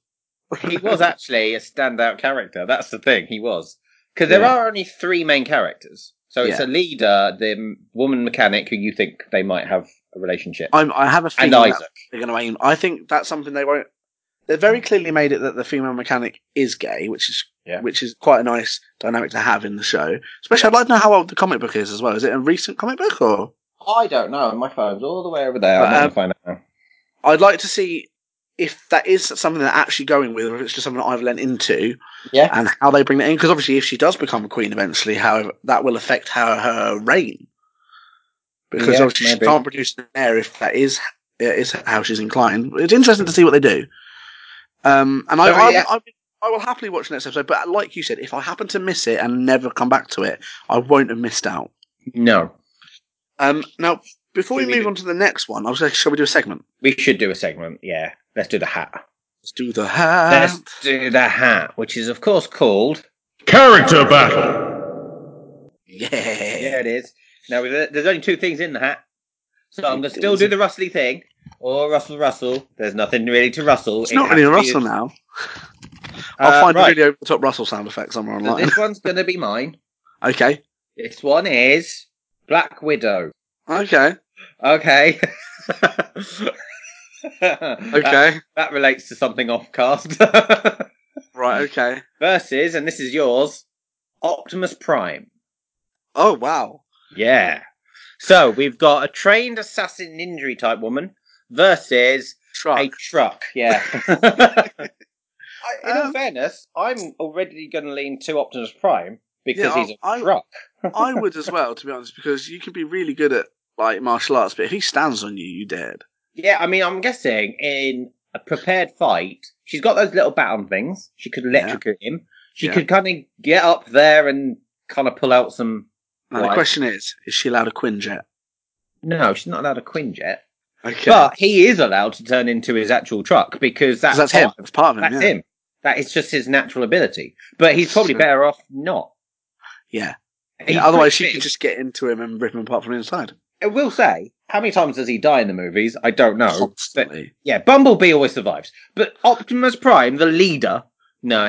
S2: he was actually a standout character. That's the thing. He was because there
S1: Yeah.
S2: are only three main characters. So it's
S1: Yeah.
S2: a leader, the m- woman mechanic, who you think they might have a relationship,
S1: I'm, I have a feeling
S2: and
S1: that
S2: Isaac.
S1: they're going to aim. I think that's something they won't. They very clearly made it that the female mechanic is gay, which is
S2: Yeah.
S1: which is quite a nice dynamic to have in the show. Especially, I'd like to know how old the comic book is as well. Is it a recent comic book or?
S2: I don't know. My phone's all the way over there.
S1: But,
S2: I'm
S1: um,
S2: not going to find out.
S1: I'd like to see if that is something they're actually going with, or if it's just something that I've lent into,
S2: Yeah.
S1: and how they bring that in. Because obviously, if she does become a queen eventually, however, that will affect her her reign. Because
S2: Yeah,
S1: obviously
S2: maybe.
S1: she can't produce an heir if that is is how she's inclined. It's interesting to see what they do. Um, and I,
S2: So,
S1: I,
S2: yeah.
S1: I, I will happily watch the next episode. But like you said, if I happen to miss it and never come back to it, I won't have missed out.
S2: No,
S1: Um, now, before we
S2: Should we
S1: move
S2: do-
S1: on to the next one, I was going to, shall we do a segment?
S2: we should do a segment. Yeah, let's do the hat.
S1: Let's do the hat.
S2: Let's do the hat, which is of course called.
S3: Character battle.
S2: Yeah, it is. Now we've- there's only two things in the hat, so I'm gonna still do the rustly thing or rustle rustle. There's nothing really to rustle.
S1: It's
S2: It
S1: not
S2: has
S1: really a
S2: to be-
S1: Russell now.
S2: Uh,
S1: I'll find
S2: right.
S1: a video of the top Russell sound effect somewhere
S2: So
S1: online.
S2: this one's gonna be mine.
S1: okay.
S2: This one is Black Widow. Uh,
S1: Okay.
S2: Okay. [LAUGHS] That,
S1: Okay.
S2: that relates to something off cast. [LAUGHS]
S1: right. Okay.
S2: versus, and this is yours, Optimus Prime.
S1: Oh wow.
S2: Yeah. So we've got a trained assassin injury type woman versus
S1: Truck.
S2: a truck. Yeah.
S1: [LAUGHS]
S2: I, in all
S1: Um,
S2: fairness, I'm already going to lean to Optimus Prime because
S1: Yeah,
S2: he's a
S1: I-
S2: truck.
S1: I would as well, to be honest, because you could be really good at like martial arts, but if he stands on you, you dead.
S2: Yeah, I mean, I'm guessing in a prepared fight, she's got those little baton things. She could electrocute him. She
S1: Yeah.
S2: could kind of get up there and kind of pull out some.
S1: Now the
S2: Right.
S1: question is, is she allowed a Quinjet?
S2: No, she's not allowed a Quinjet.
S1: Okay.
S2: But he is allowed to turn into his actual truck because
S1: 'Cause
S2: that's,
S1: that's him.
S2: part-
S1: That's part of him.
S2: That's
S1: yeah.
S2: him. That is just his natural ability. But he's probably
S1: Sure.
S2: better off not.
S1: Yeah.
S2: He's
S1: Yeah, otherwise, she
S2: pretty
S1: could
S2: big.
S1: just get into him and rip him apart from the inside.
S2: I will say, how many times does he die in the movies? I don't know. But
S1: Constantly.
S2: yeah, Bumblebee always survives. But Optimus Prime, the leader, no,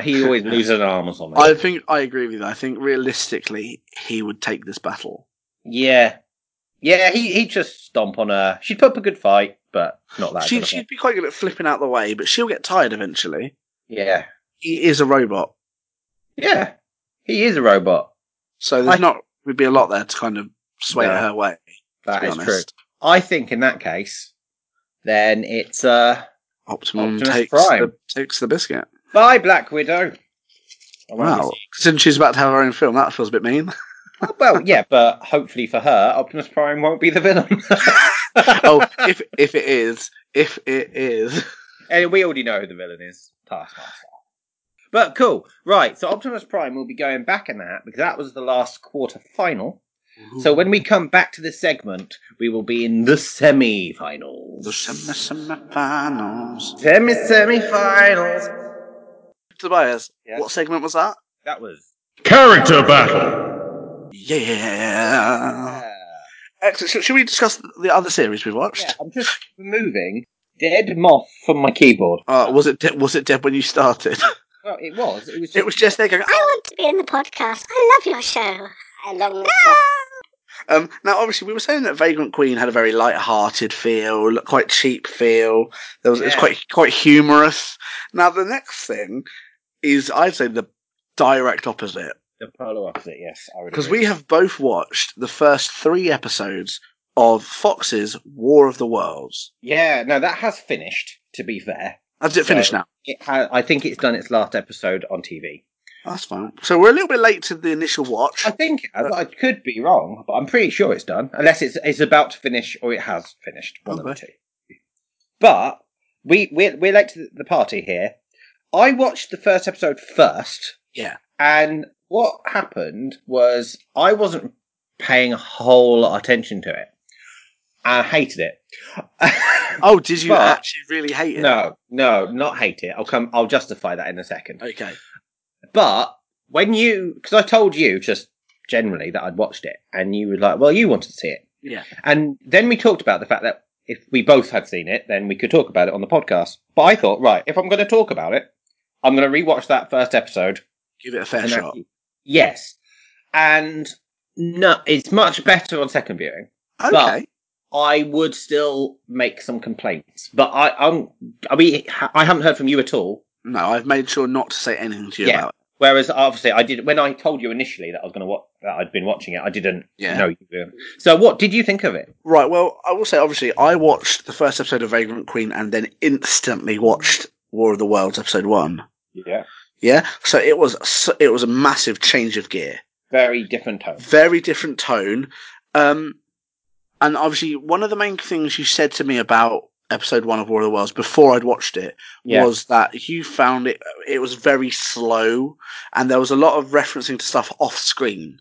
S1: [LAUGHS]
S2: he always loses an arm or something.
S1: I think I agree with you. I think realistically, he would take this battle.
S2: Yeah. Yeah, he he just stomp on her. She'd put up a good fight, but not that
S1: She,
S2: good.
S1: she'd be quite good at flipping out the way, but she'll get tired eventually.
S2: Yeah.
S1: He is a robot,
S2: Yeah. He is a robot.
S1: so there's
S2: I-
S1: not would be a lot there to kind of sway
S2: No.
S1: her way.
S2: That
S1: be
S2: is true.
S1: honest.
S2: I think in that case, then it's uh
S1: Optimum
S2: Optimus
S1: takes
S2: Prime.
S1: the, takes the biscuit.
S2: bye Black Widow. I won't be
S1: Wow, since she's about to have her own film, that feels a bit mean. [LAUGHS]
S2: Oh, well, yeah, but hopefully for her, Optimus Prime won't be the villain. [LAUGHS]
S1: oh, if if it is, if it
S2: [LAUGHS]
S1: is,
S2: and Eh, we already know who the villain is Taskmaster. But cool. Right, so Optimus Prime will be going back in that because that was the last quarter final. So when we come back to this segment, we will be in the semi finals.
S1: the semi semifinals,
S2: semi semi finals.
S1: Tobias,
S2: Yeah.
S1: what segment was that?
S2: That was.
S3: Character battle.
S1: Yeah.
S2: Yeah.
S1: Excellent. Should- Should we discuss the other series we watched?
S2: Yeah, I'm just removing dead moth from my keyboard.
S1: Uh, was it de- was it dead when you started?
S2: [LAUGHS] Well, it was. It was. Just,
S1: it was just there going. "Ah,
S4: I want to be in the podcast. I love your show. Along with
S1: [LAUGHS] Um, now, obviously, we were saying that Vagrant Queen had a very light-hearted feel, quite cheap feel. There was it was
S2: Yeah.
S1: quite quite humorous. Now, the next thing is, I'd say, the direct opposite
S2: the polar opposite. Yes, I would.
S1: because
S2: agree.
S1: we have both watched the first three episodes of Fox's War of the Worlds.
S2: Yeah, no, that has finished. To be fair,
S1: Has it finished now?
S2: it ha- I think it's done its last episode on TV.
S1: That's fine. So we're a little bit late to the initial watch.
S2: I think it has. I could be wrong, but I'm pretty sure it's done, unless it's it's about to finish or it has finished. One of the two. But we we're, we're late to the party here. I watched the first episode first.
S1: Yeah.
S2: And what happened was I wasn't paying a whole lot of attention to it. I hated [LAUGHS] it.
S1: Oh, did you
S2: But-
S1: actually really hate it?
S2: no, no, not hate it. I'll come. I'll justify that in a second.
S1: Okay.
S2: But when you, because I told you just generally that I'd watched it, and you were like, "Well, you wanted to see it,"
S1: Yeah.
S2: and then we talked about the fact that if we both had seen it, then we could talk about it on the podcast. But I thought, right, if I'm going to talk about it, I'm going to rewatch that first episode.
S1: Give it a fair
S2: and
S1: shot.
S2: actually- yes, and no, it's much better on second viewing.
S1: Okay.
S2: but- I would still make some complaints, but I, I'm, I mean, I haven't heard from you at all.
S1: no, I've made sure not to say anything to you
S2: Yeah.
S1: about it.
S2: Whereas obviously I did when I told you initially that I was going to watch that I'd been watching it. I didn't
S1: Yeah.
S2: know you were. So what did you think of it?
S1: Right. Well, I will say, obviously, I watched the first episode of Vagrant Queen and then instantly watched War of the Worlds episode one.
S2: Yeah,
S1: Yeah. So it was s- it was a massive change of gear,
S2: very different tone.
S1: very different tone, um, and obviously one of the main things you said to me about episode one of War of the Worlds before I'd watched it
S2: Yeah,
S1: was that you found it it was very slow and there was a lot of referencing to stuff off screen.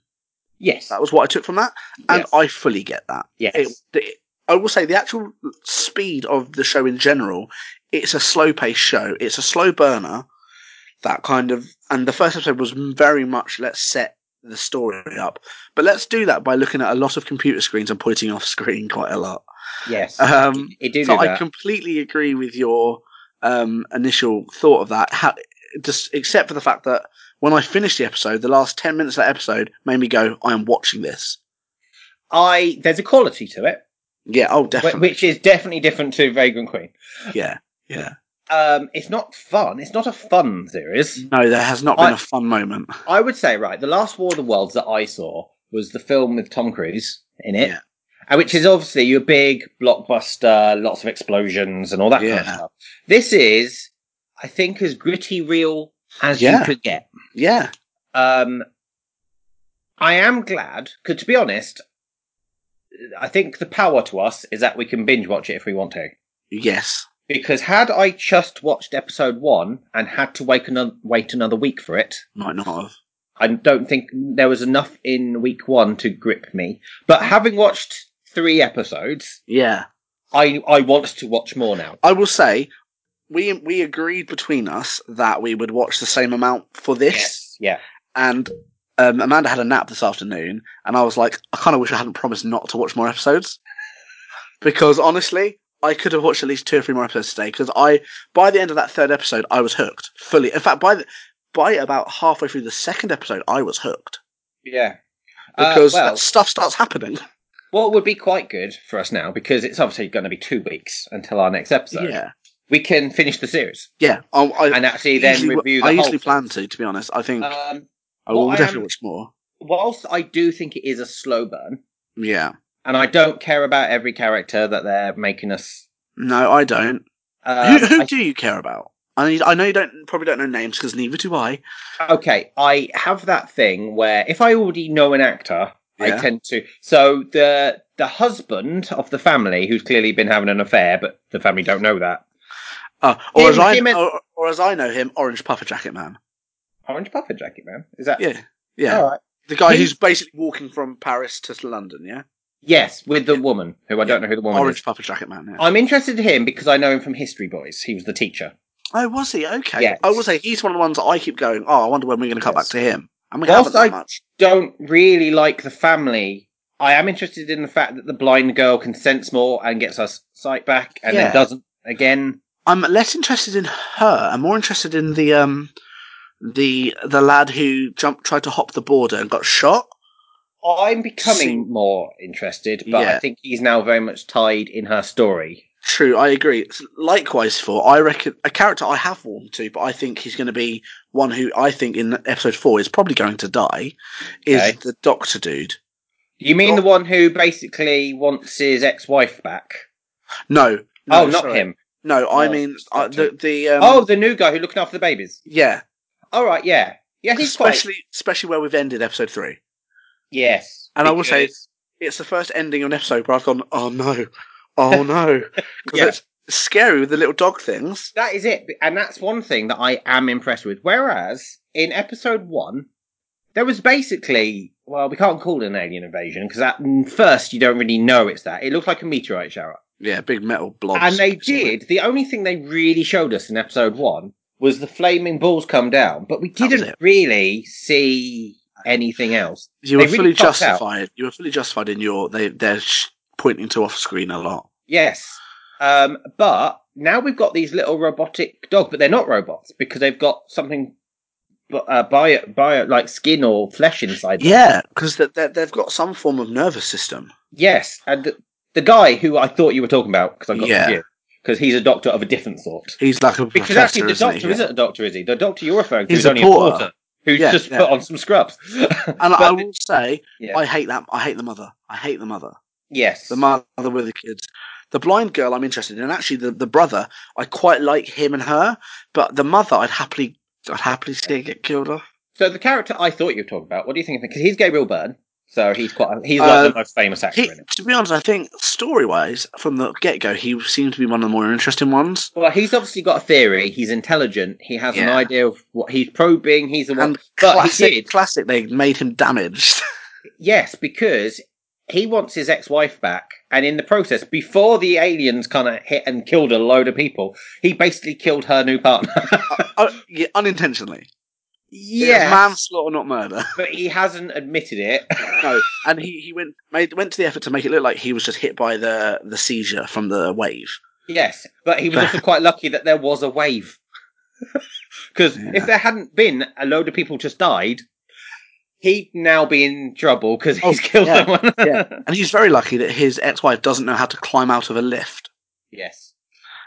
S2: yes,
S1: That was what I took from that, and
S2: Yes.
S1: I fully get that.
S2: yes,
S1: it, it, I will say the actual speed of the show in general, it's a slow paced show. It's a slow burner. That kind of, and the first episode was very much let's set the story up, but let's do that by looking at a lot of computer screens and pointing off screen quite a
S2: [LAUGHS]
S1: lot.
S2: yes.
S1: Um,
S2: it did
S1: so
S2: do
S1: I
S2: that.
S1: completely agree with your um, initial thought of that. How, just except for the fact that when I finished the episode, the last ten minutes of that episode made me go, "I am watching this."
S2: I there's a quality to it.
S1: Yeah, oh,
S2: wh-
S1: definitely.
S2: which is definitely different to Vagrant Queen.
S1: yeah, yeah.
S2: Um, it's not fun. It's not a fun series.
S1: No, there has not been
S2: I-
S1: a fun moment.
S2: I would say, right, the last War of the Worlds that I saw was the film with Tom Cruise in it,
S1: Yeah.
S2: and which is obviously your big blockbuster, lots of explosions and all that kind of
S1: Yeah.
S2: stuff. This is, I think, as gritty real as
S1: Yeah.
S2: you could get.
S1: Yeah,
S2: Um, I am glad, because to be honest, I think the power to us is that we can binge watch it if we want to.
S1: yes.
S2: Because had I just watched episode one and had to wait another, wait another week for it,
S1: Might not have.
S2: I don't think there was enough in week one to grip me. But having watched three episodes,
S1: Yeah.
S2: I, I want to watch more now.
S1: I will say, we we agreed between us that we would watch the same amount for this,
S2: Yeah.
S1: and um, Amanda had a nap this afternoon, and I was like, I kind of wish I hadn't promised not to watch more episodes, because honestly, I could have watched at least two or three more episodes today. Because I, by the end of that third episode, I was hooked fully. In fact, by the, by about halfway through the second episode, I was hooked
S2: Yeah. Uh,
S1: because
S2: well,
S1: that stuff starts happening.
S2: what would be quite good for us now, because it's obviously going to be two weeks until our next episode,
S1: yeah,
S2: we can finish the series
S1: yeah. Um, I, I,
S2: and actually then
S1: usually-
S2: review the
S1: I
S2: whole.
S1: usually plan to. To be honest, I think
S2: um,
S1: I will
S2: what I
S1: definitely
S2: am-
S1: watch more.
S2: whilst I do think it is a slow burn,
S1: Yeah.
S2: and I don't care about every character that they're making us.
S1: No, I don't.
S2: Um,
S1: who [LAUGHS] who
S2: I-
S1: do you care about? I need, I know you don't probably don't know names because neither do I.
S2: okay, I have that thing where if I already know an actor, I
S1: Yeah.
S2: tend to. So the the husband of the family, who's clearly been having an affair, but the family don't know that.
S1: Uh, or
S2: Him-
S1: as I
S2: him and-
S1: or, or as I know him, Orange Puffer Jacket Man.
S2: Orange puffer jacket man, is that?
S1: Yeah, yeah.
S2: All right.
S1: The guy
S2: Oh. He-
S1: who's basically walking from Paris to London. Yeah,
S2: Yes, with the woman who I don't know who the woman
S1: Orange
S2: is.
S1: Puffer Jacket Man. Yeah.
S2: I'm interested in him because I know him from History Boys. He was the teacher.
S1: oh, was he? Okay.
S2: Yes.
S1: I will say he's one of the ones that I keep going. Oh, I wonder when we're going to come
S2: Yes.
S1: back to him. And we
S2: Whilst
S1: haven't that
S2: I-
S1: much.
S2: Don't really like the family. I am interested in the fact that the blind girl can sense more and gets her s- sight back, and
S1: Yeah.
S2: then doesn't again.
S1: I'm less interested in her. I'm more interested in the um the the lad who jumped tried to hop the border and got shot.
S2: I'm becoming
S1: See-
S2: more interested, but
S1: Yeah.
S2: I think he's now very much tied in her story.
S1: True, I agree. It's Likewise, for I reckon a character I have warmed to, but I think he's going to be one who I think in episode four is probably going to die, is
S2: Okay.
S1: the Doctor dude.
S2: You mean the one who basically wants his ex-wife back?
S1: No, no,
S2: oh, not
S1: sorry.
S2: him.
S1: No, I
S2: No,
S1: mean
S2: it's
S1: uh, the the um,
S2: oh, the new guy who looking after the babies.
S1: yeah,
S2: All right, yeah, yeah, he's
S1: especially
S2: quite
S1: especially where we've ended episode three,
S2: yes.
S1: and I will say
S2: because-
S1: it's the first ending of an episode where I've gone, oh no,
S2: [LAUGHS]
S1: oh no, because
S2: Yeah.
S1: it's scary with the little dog things.
S2: that is it, and that's one thing that I am impressed with. Whereas in episode one, there was basically well, we can't call it an alien invasion because at first you don't really know it's that. It looked like a meteorite shower.
S1: Yeah, big metal blobs,
S2: And they did. The only thing they really showed us in episode one was the flaming balls come down, but we
S1: That was
S2: didn't really see anything else.
S1: You were
S2: They really
S1: fully
S2: popped out.
S1: justified. You were fully justified in your they they're sh- pointing to off screen a lot.
S2: Yes. Um, but now we've got these little robotic dogs, but they're not robots because they've got something bu- uh, bio, bio, like skin or flesh inside them.
S1: Yeah, because they've got some form of nervous system.
S2: Yes. And the, the guy who I thought you were talking about, because I got
S1: Yeah.
S2: confused, because he's a doctor of a different sort.
S1: He's like a
S2: Because
S1: professor,
S2: actually, the
S1: isn't
S2: doctor
S1: he?
S2: isn't a doctor, is he? The doctor you're referring to
S1: He's
S2: is
S1: a
S2: only
S1: porter.
S2: a porter who's
S1: Yeah,
S2: just
S1: yeah.
S2: put on some scrubs. [LAUGHS]
S1: And I
S2: But-
S1: will say,
S2: yeah.
S1: I hate that. I hate the mother. I hate the mother.
S2: yes,
S1: The mother with the kids. The blind girl, I'm interested in. And actually, the, the brother, I quite like him and her. But the mother, I'd happily, I'd happily see her get killed off.
S2: so the character I thought you were talking about. What do you think? Because he's Gabriel Byrne, so he's quite he's
S1: Uh,
S2: like the most famous actor
S1: He,
S2: in it.
S1: to be honest, I think story wise, from the get go, he seemed to be one of the more interesting ones.
S2: Well, he's obviously got a theory. He's intelligent. He has an
S1: Yeah.
S2: idea of what he's probing. He's the one.
S1: And
S2: But he
S1: classic,
S2: did.
S1: classic, they made him damaged. [LAUGHS]
S2: Yes, because he wants his ex-wife back, and in the process, before the aliens kind of hit and killed a load of people, he basically killed her new partner. [LAUGHS]
S1: Oh, yeah, unintentionally. It was
S2: yeah,
S1: manslaughter, not murder. [LAUGHS]
S2: but he hasn't admitted it.
S1: No, and he, he went made, went to the effort to make it look like he was just hit by the the seizure from the wave.
S2: Yes, but he was also quite lucky that there was a wave. [LAUGHS] Because
S1: Yeah.
S2: if there hadn't been, a load of people just died. he'd now be in trouble because
S1: Oh,
S2: he's killed
S1: yeah,
S2: someone.
S1: yeah. And he's very lucky that his ex-wife doesn't know how to climb out of a lift.
S2: [LAUGHS] yes.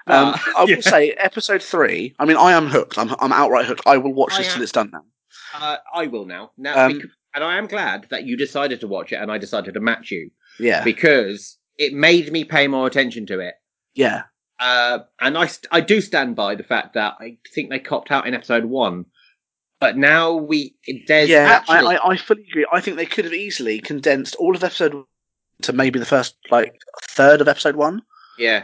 S1: Um,
S2: But-
S1: [LAUGHS] I will
S2: Uh, [LAUGHS] yeah.
S1: say, episode three. I mean, I am hooked. I'm I'm outright hooked. I will watch
S2: I
S1: this
S2: am-
S1: till it's done now.
S2: Uh, I will now. Now,
S1: Um,
S2: bec- and I am glad that you decided to watch it, and I decided to match you
S1: Yeah,
S2: because it made me pay more attention to it.
S1: yeah,
S2: Uh, and I, st- I do stand by the fact that I think they copped out in episode one, but now we there's
S1: yeah.
S2: actually
S1: I, I I fully agree. I think they could have easily condensed all of episode one to maybe the first like third of episode one.
S2: Yeah.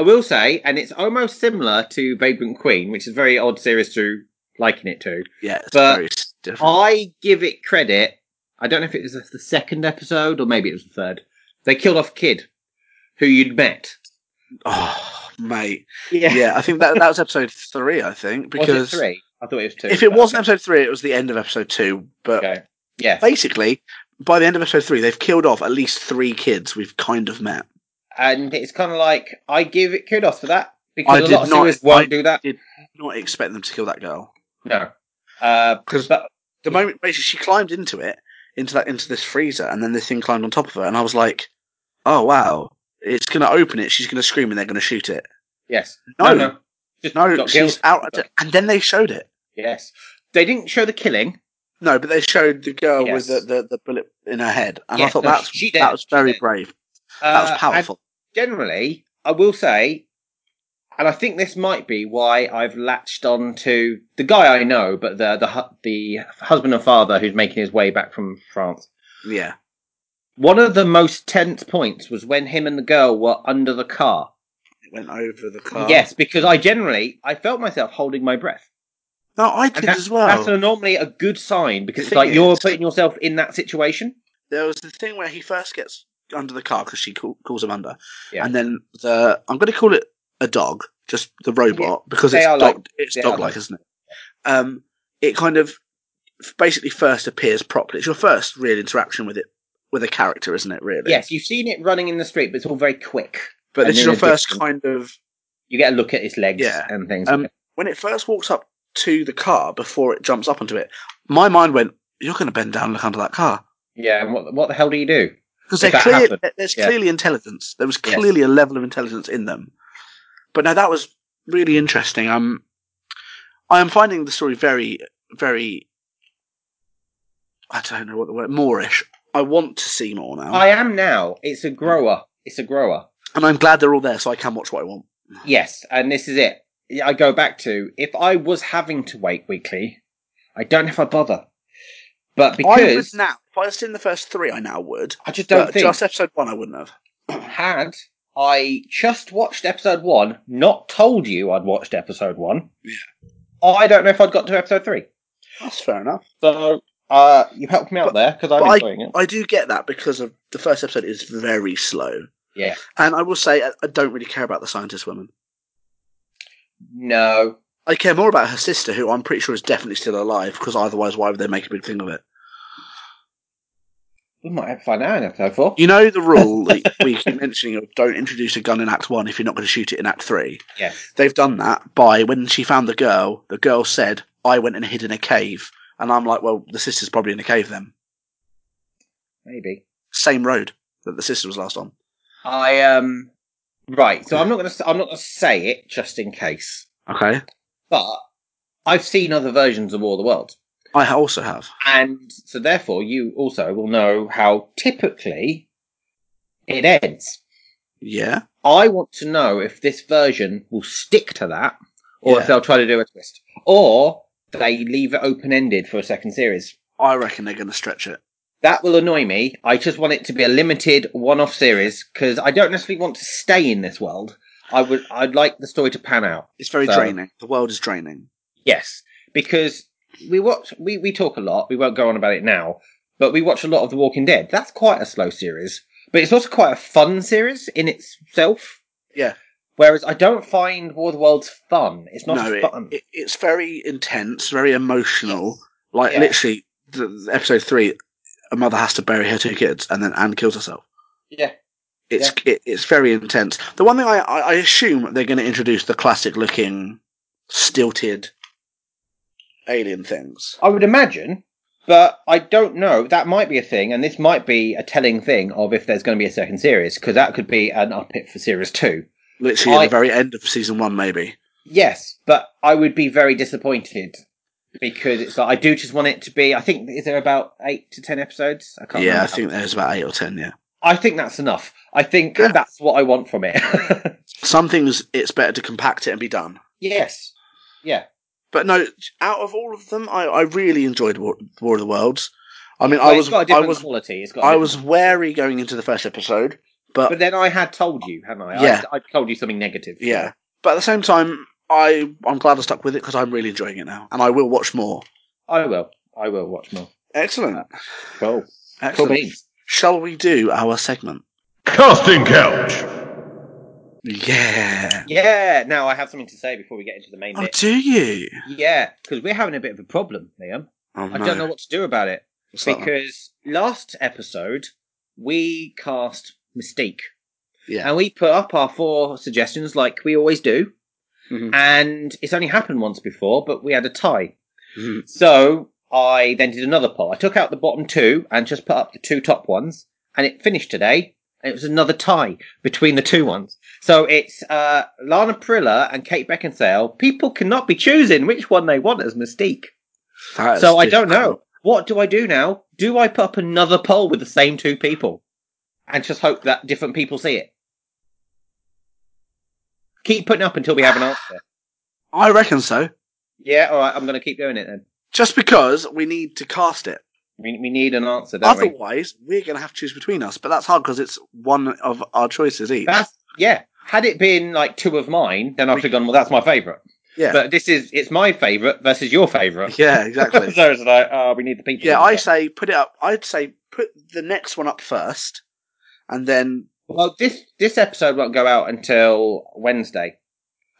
S2: I will say, and it's almost similar to Vagrant Queen, which is a very odd series to liken it to.
S1: Yeah, it's
S2: But
S1: very s- different.
S2: I give it credit. I don't know if it was the second episode or maybe it was the third. They killed off Kid, who you'd met.
S1: Oh,
S2: [LAUGHS]
S1: mate. Yeah, I think that that was episode three. I think
S2: Was it
S1: because
S2: three? I thought it was two.
S1: if it
S2: but-
S1: wasn't episode three, it was the end of episode two. But
S2: Okay. Yeah.
S1: basically, by the end of episode three, they've killed off at least three kids we've kind of met.
S2: And it's kind of like, I give it kudos for that
S1: I
S2: because a
S1: did
S2: lot of
S1: not-
S2: series won't
S1: I-
S2: do that.
S1: Not expect them to kill that girl.
S2: No. Uh,
S1: 'Cause-
S2: but
S1: The moment basically she climbed into it, into that, into this freezer, and then this thing climbed on top of her, and I was like, "Oh wow, it's gonna open it. She's gonna scream, and they're gonna shoot it."
S2: yes.
S1: No,
S2: no.
S1: no,
S2: Just got killed.
S1: she's out. And then they showed it.
S2: Yes. They didn't show the killing.
S1: No, but they showed the girl
S2: Yes.
S1: with the, the, the bullet in her head, and I
S2: Yeah,
S1: thought
S2: no,
S1: that's
S2: she did,
S1: that was
S2: she
S1: very
S2: did.
S1: brave. That
S2: Uh,
S1: was
S2: and-
S1: powerful.
S2: generally, I will say, and I think this might be why I've latched on to the guy I know, but the the hu- the husband and father who's making his way back from France.
S1: yeah,
S2: One of the most tense points was when him and the girl were under the car.
S1: it went over the car.
S2: Yes, because I generally I felt myself holding my breath.
S1: no, I
S2: And
S1: did
S2: that-
S1: as well.
S2: That's a- normally a good sign because
S1: The
S2: it's like
S1: thing
S2: you're
S1: Oh. is-
S2: putting yourself in that situation.
S1: there was the thing where he first gets under the car because she call, calls him under,
S2: Yeah.
S1: and then the I'm going to call it a dog, just the robot because
S2: They
S1: it's
S2: are
S1: dog,
S2: like-
S1: it's
S2: they are
S1: dog like,
S2: like-
S1: isn't it? Um, it kind of f- basically first appears properly. It's your first real interaction with it with a character, isn't it? Really,
S2: Yes, you've seen it running in the street, but it's all very quick.
S1: But
S2: and
S1: this is
S2: then
S1: your
S2: it
S1: first
S2: gets-
S1: kind of
S2: You get a look at its legs
S1: Yeah.
S2: and things.
S1: Um, when it first walks up to the car before it jumps up onto it. My mind went, "You're going to bend down and look under that car."
S2: yeah, and what what the hell do you do?
S1: Because
S2: If
S1: they're
S2: that
S1: clear,
S2: happened,
S1: there's
S2: yeah.
S1: clearly intelligence. There was
S2: Yes.
S1: clearly a level of intelligence in them. But now that was really interesting. Um, I am finding the story very, very. I don't know what the word Moorish. I want to see more now,
S2: I am now. It's a grower. It's
S1: [SIGHS]
S2: a grower.
S1: and I'm glad they're all there, so I can watch what I want.
S2: Yes, and this is it. I go back to if I was having to wait weekly, I don't know if I bother. But
S1: I would
S2: because I,
S1: now. If I was in the first three, I now would.
S2: just don't
S1: But
S2: think
S1: just episode one, I wouldn't have.
S2: had I just watched episode one, not told you I'd watched episode one. I don't know if I'd got to episode three.
S1: That's fair enough.
S2: So uh, you helped me out there because I'm
S1: but
S2: enjoying it.
S1: I do get that because of the first episode is very slow,
S2: Yeah.
S1: and I will say I, I don't really care about the scientist woman.
S2: No.
S1: I care more about her sister, who I'm pretty sure is definitely still alive, because otherwise, why would they make a big thing of it?
S2: We might have to find out in episode four.
S1: You know the rule that we keep mentioning of don't introduce a gun in Act One if you're not going to shoot it in Act Three.
S2: yes.
S1: They've done that by when she found the girl. The girl said, "I went and hid in a cave," and I'm like, "Well, the sister's probably in a cave then."
S2: Maybe.
S1: Same road that the sister was last on.
S2: I um right. So I'm not gonna s- I'm not gonna say it just in case,
S1: Okay,
S2: but I've seen other versions of War of the Worlds,
S1: I also have.
S2: and so therefore you also will know how typically it ends.
S1: Yeah,
S2: I want to know if this version will stick to that, or
S1: Yeah.
S2: if they'll try to do a twist, or they leave it open ended for a second series.
S1: I reckon they're going to stretch it.
S2: That will annoy me. I just want it to be a limited one off series because I don't necessarily want to stay in this world. I would I'd like the story to pan out.
S1: It's very
S2: So-
S1: draining. The world is draining.
S2: Yes, because we watch we, we talk a lot. We won't go on about it now, but we watch a lot of The Walking Dead. That's quite a slow series, but it's also quite a fun series in itself.
S1: Yeah.
S2: Whereas I don't find War of the Worlds fun. It's not
S1: no, it-
S2: fun.
S1: it- it's very intense, very emotional. Like
S2: Yeah.
S1: literally, the, the episode three, a mother has to bury her two kids, and then Anne kills herself.
S2: yeah.
S1: It's it, it's very intense. The one thing I I I assume they're going to introduce the classic looking stilted alien things.
S2: I would imagine. But I don't know. That might be a thing, and this might be a telling thing of if there's going to be a second series, because that could be an up it for series two.
S1: Literally at
S2: I-
S1: the very end of season one, maybe.
S2: Yes, but I would be very disappointed because it's like I do just want it to be. I think is there about eight to ten episodes? I can't.
S1: Yeah,
S2: remember.
S1: I think there's about eight or ten. Yeah,
S2: I think that's enough. I think
S1: Yeah.
S2: that's what I want from it. [LAUGHS]
S1: some things it's better to compact it and be done.
S2: yes. Yeah.
S1: But no, out of all of them, I, I really enjoyed War, War of the Worlds. I mean,
S2: Well,
S1: I
S2: it's
S1: was
S2: got a
S1: I
S2: different
S1: was
S2: quality. It's got.
S1: I
S2: a different-
S1: was wary going into the first episode, but,
S2: But then I had told you, hadn't I?
S1: Yeah.
S2: I, I told you something negative.
S1: yeah. But at the same time, I I'm glad I stuck with it because I'm really enjoying it now, and I will watch more.
S2: I will. I will watch more.
S1: Excellent,
S2: Cool. Cool
S1: excellent.
S2: beans.
S1: Shall we do our segment?
S3: Casting couch.
S1: Yeah.
S2: Yeah. Now I have something to say before we get into the main
S1: Oh,
S2: bit.
S1: do you?
S2: Yeah, because we're having a bit of a problem, Liam.
S1: Oh,
S2: I
S1: no.
S2: don't know what to do about it.
S1: What's that one?
S2: because last episode we cast Mystique.
S1: Yeah.
S2: And we put up our four suggestions like we always do.
S1: Mhm.
S2: And it's only happened once before, but we had a tie.
S1: Mhm.
S2: So I then did another poll. I took out the bottom two and just put up the two top ones. And it finished today. And it was another tie between the two ones. So it's uh, Lana Prilla and Kate Beckinsale. People cannot be choosing which one they want as Mystique
S1: That is
S2: so I don't
S1: difficult.
S2: know. What do I do now? Do I put up another poll with the same two people and just hope that different people see it? Keep putting up until
S1: [SIGHS]
S2: we have an answer.
S1: I reckon so.
S2: Yeah, all right. I'm going to keep doing it then.
S1: Just because we need to cast it.
S2: We, we need an answer, don't we?
S1: Otherwise, we're going to have to choose between us, but that's hard because it's one of our choices each.
S2: That's yeah. Had it been like two of mine, then I would have gone. Well, that's my favorite.
S1: yeah,
S2: But this is it's my favorite versus your favorite.
S1: yeah, exactly.
S2: [LAUGHS] so it's like, oh, we need the people.
S1: yeah,
S2: in
S1: I
S2: there.
S1: say put it up. I'd say put the next one up first, and then
S2: Well, this this episode won't go out until Wednesday,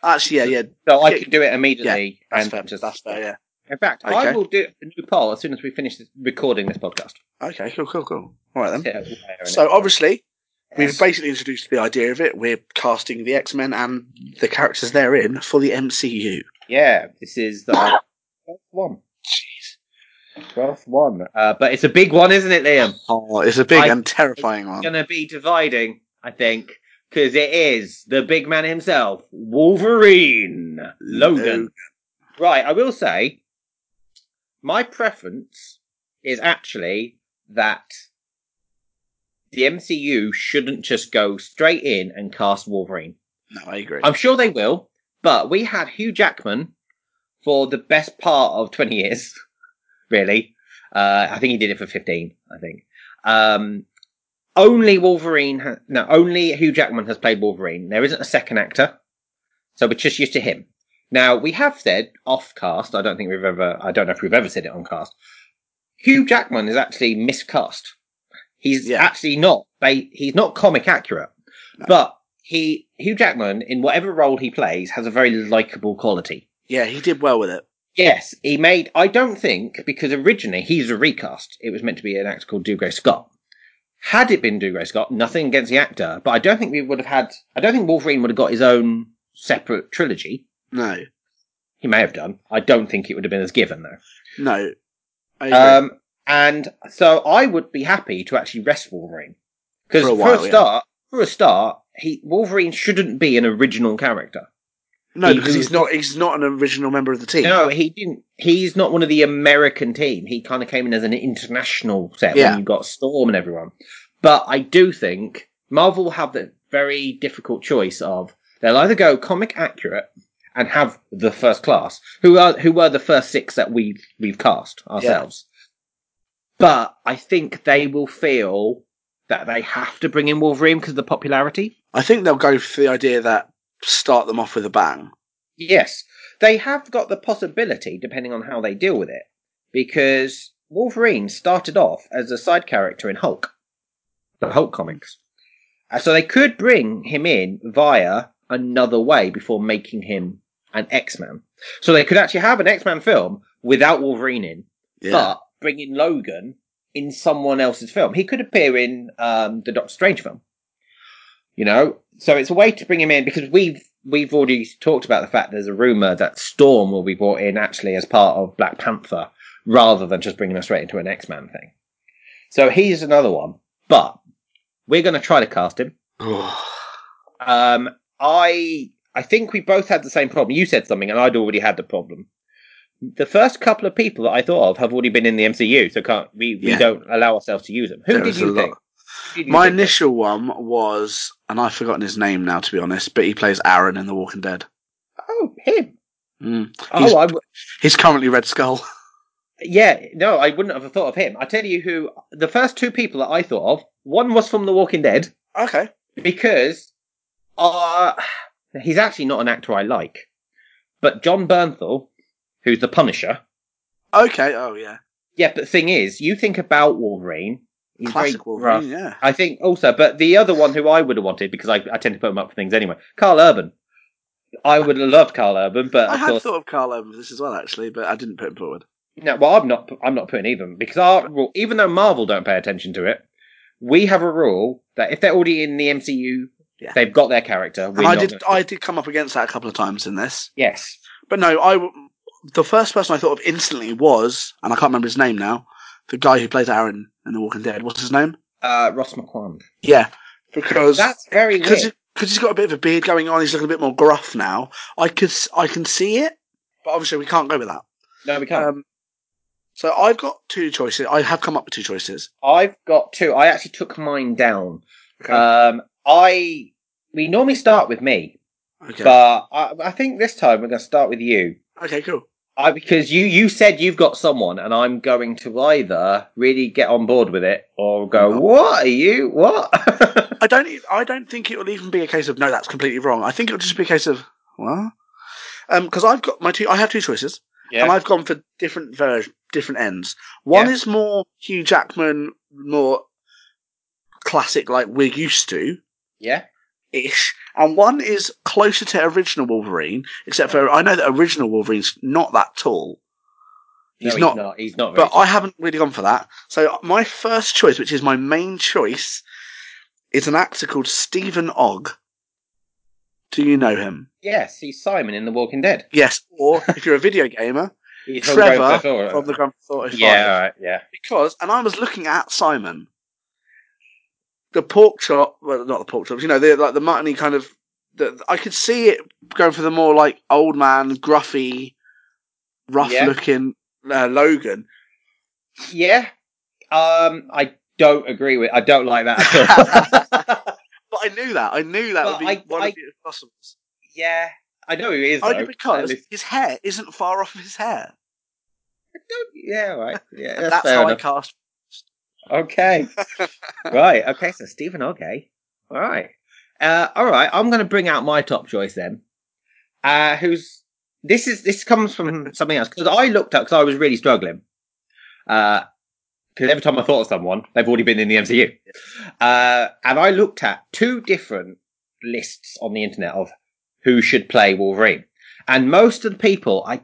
S1: actually, yeah, yeah,
S2: so I
S1: Yeah.
S2: can do it immediately
S1: that's
S2: and
S1: fair.
S2: just
S1: that's fair.
S2: In fact, I
S1: Okay.
S2: will do a new poll as soon as we finish this, recording this podcast.
S1: Yeah. Okay. Cool. Cool. Cool. All right then.
S2: Yeah, we'll air
S1: Um,
S2: it.
S1: So obviously,
S2: Yes.
S1: we've basically introduced the idea of it. We're casting the X Men and the characters therein for the MCU.
S2: yeah, this
S1: [COUGHS]
S2: is the twelfth one. Twelfth one, uh, but it's a big one, isn't it, Liam?
S1: Oh, it's a big
S2: I-
S1: and terrifying one.
S2: It's going to be dividing, I think, because it is the big man himself, Wolverine Logan.
S1: Logan.
S2: Right, I will say, my preference is actually that the MCU shouldn't just go straight in and cast Wolverine.
S1: No, I agree.
S2: I'm sure they will, but we had Hugh Jackman for the best part of 20 years, [LAUGHS] really. Uh, I think he did it for 15, I think. Um, only Wolverine, ha- no, only Hugh Jackman has played Wolverine. There isn't a second actor, so we're just used to him. Now, we have said off cast, I don't think we've ever, I don't know if we've ever said it on cast. Hugh Jackman is actually miscast. He's
S1: Yeah.
S2: actually not, ba- he's not comic accurate. But he Hugh Jackman, in whatever role he plays, has a very likable quality.
S1: yeah, he did well with it.
S2: Yes, he made. I don't think because originally he's a recast. It was meant to be an actor called Dougray Scott. Had it been Dougray Scott, nothing against the actor, but I don't think we would have had. I don't think Wolverine would have got his own separate trilogy.
S1: No,
S2: He may have done. I don't think it would have been as given though.
S1: no. I agree.
S2: Um, and so I would be happy to actually rest Wolverine because
S1: For a
S2: for,
S1: while,
S2: a
S1: yeah.
S2: start, for a start, he Wolverine shouldn't be an original character.
S1: no,
S2: he-
S1: because he's not. He's not an original member of the team.
S2: No, he didn't. He's not one of the American team. He kind of came in as an international set
S1: Yeah.
S2: when you got Storm and everyone. But I do think Marvel will have the very difficult choice of they'll either go comic accurate and have the first class, who are who were the first six that we we've cast ourselves. But I think they will feel that they have to bring in Wolverine because of the popularity.
S1: I think they'll go for the idea that start them off with a bang.
S2: Yes, they have got the possibility, depending on how they deal with it, because Wolverine started off as a side character in Hulk, the Hulk comics. Uh, So they could bring him in via another way before making him an X Man. So they could actually have an X Man film without Wolverine in, but bring in Logan in someone else's film. He could appear in um, the Doctor Strange film, you know. So it's a way to bring him in because we've we've already talked about the fact there's a rumor that Storm will be brought in actually as part of Black Panther, rather than just bringing us straight into an X Man thing. So he's another one, but we're going to try to cast him.
S1: Oh.
S2: Um, I I think we both had the same problem. You said something, and I'd already had the problem. The first couple of people that I thought of have already been in the MCU, so can't we? We
S1: Yeah.
S2: don't allow ourselves to use them. Who
S1: There
S2: did
S1: is a
S2: you
S1: lot.
S2: think? Who did you
S1: My
S2: think of?
S1: initial one was, and I've forgotten his name now, to be honest, but he plays Aaron in The Walking Dead.
S2: Oh, him.
S1: Mm. He's-
S2: Oh, I, w-
S1: He's currently Red Skull. [LAUGHS]
S2: yeah. No, I wouldn't have thought of him. I tell you who. The first two people that I thought of. One was from The Walking Dead
S1: Okay.
S2: because, uh, he's actually not an actor I like, but John Bernthal, who's the Punisher.
S1: Okay. Oh yeah.
S2: Yeah, but the thing is, you think about Wolverine. He's very
S1: Classic
S2: gruff.
S1: Wolverine. Yeah.
S2: I think also, but the other one who I would have wanted because I, I tend to put him up for things anyway, Carl Urban. I would have loved Carl Urban, but
S1: I
S2: of
S1: had
S2: course,
S1: thought of Carl Urban for this as well, actually, but I didn't put him forward.
S2: no. Well, I'm not. I'm not putting even because our rule, even though Marvel don't pay attention to it, we have a rule that if they're already in the MCU,
S1: Yeah.
S2: they've got their character.
S1: And
S2: We're
S1: I
S2: not
S1: did.
S2: gonna-
S1: I did come up against that a couple of times in this,
S2: yes,
S1: but no. I w- the first person I thought of instantly was, and I can't remember his name now, the guy who plays Aaron in The Walking Dead. What's his name?
S2: uh, Ross McQuand.
S1: Yeah, because
S2: That's very
S1: because
S2: weird.
S1: he's got a bit of a beard going on. He's looking a bit more gruff now. I could s- I can see it, but obviously we can't go with that.
S2: No, we can't.
S1: Um, so I've got two choices. I have come up with two choices.
S2: I've got two. I actually took mine down. Um, I we normally start with me,
S1: Okay.
S2: but I, I think this time we're going to start with you.
S1: okay. Cool.
S2: I, because you you said you've got someone, and I'm going to either really get on board with it or go,
S1: No.
S2: "What are you?
S1: [LAUGHS]
S2: What?"
S1: I don't. e- I don't think it will even be a case of no, that's completely wrong. I think it'll just be a case of well, because I've got my two. I have two choices,
S2: [LAUGHS]
S1: and I've gone for different ver- different ends. One
S2: Yeah.
S1: is more Hugh Jackman, more classic, like we're used to
S2: yeah.
S1: ish, and one is closer to original Wolverine. Except for I know that original Wolverine's not that tall,
S2: No,
S1: He's not-
S2: He's not.
S1: but
S2: very-
S1: I haven't really gone for that. So uh, my first choice, which is my main choice, is an actor called Stephen Ogg. Do you know him?
S2: yes, he's Simon in The Walking Dead.
S1: Yes, or if you're a video gamer,
S2: He's from
S1: Trevor
S2: Grand Theft Auto.
S1: from the Grand Theft Auto 5.
S2: yeah, all right, yeah.
S1: Because, and I was looking at Simon, the pork chop, well, not the pork chops, you know, they're like the muttony kind of. The, I could see it going for the more like old man, gruffy, rough
S2: Yeah.
S1: looking uh,
S2: [LAUGHS]
S1: Logan. [LAUGHS]
S2: Yeah. Um, I don't agree with. I don't like that
S1: [LAUGHS]
S2: at all.
S1: But I knew that. I knew that
S2: Well,
S1: would be
S2: I-
S1: one
S2: I-
S1: of the possibles.
S2: Yeah, I know who he is. Though.
S1: Only because
S2: At least-
S1: his hair isn't far off his hair.
S2: Don't- yeah, all right.
S1: [LAUGHS]
S2: Yeah,
S1: And
S2: that's,
S1: that's
S2: fair
S1: how
S2: enough.
S1: I cast.
S2: Okay, right. Okay, so Stephen Okay. All right, uh, all right. I'm going to bring out my top choice then. Uh, who's this? Is this comes from something else? Because I looked up because I was really struggling. Because every time I thought of someone, they've already been in the MCU. Uh, and I looked at two different lists on the internet of who should play Wolverine, and most of the people, I,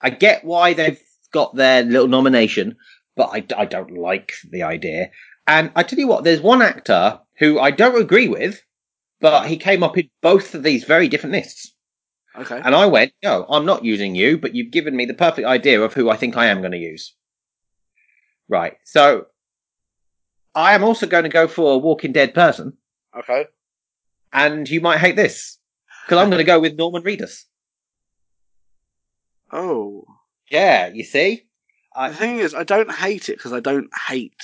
S2: I get why they've got their little nomination, but I, I don't like the idea. And I tell you what, there's one actor who I don't agree with, but he came up in both of these very different lists.
S1: Okay.
S2: And I went, no, I'm not using you, but you've given me the perfect idea of who I think I am going to use. Right. So I am also going to go for a Walking Dead person,
S1: Okay.
S2: and you might hate this because I'm going to go with Norman Reedus.
S1: Oh.
S2: Yeah, you see? I-
S1: the thing is, I don't hate it because I don't hate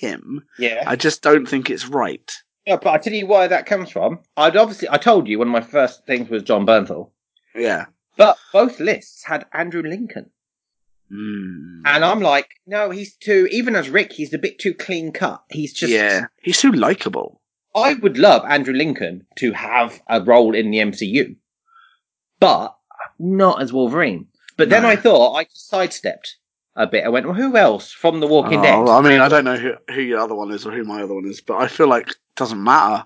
S1: him.
S2: Yeah.
S1: I just don't think it's right.
S2: Yeah, but I tell you where that comes from. I'd obviously I told you one of my first things was John Bernthal,
S1: Yeah.
S2: but both lists had Andrew Lincoln,
S1: Mm.
S2: and I'm like, no, he's too. Even as Rick, he's a bit too clean cut. He's just.
S1: yeah, he's too likable.
S2: I would love Andrew Lincoln to have a role in the MCU, but not as Wolverine. But then
S1: No.
S2: I thought I just sidestepped a bit. I went, well, who else from The Walking
S1: Oh,
S2: Dead?
S1: well, I mean, I don't know who, who your other one is or who my other one is, but I feel like it doesn't matter.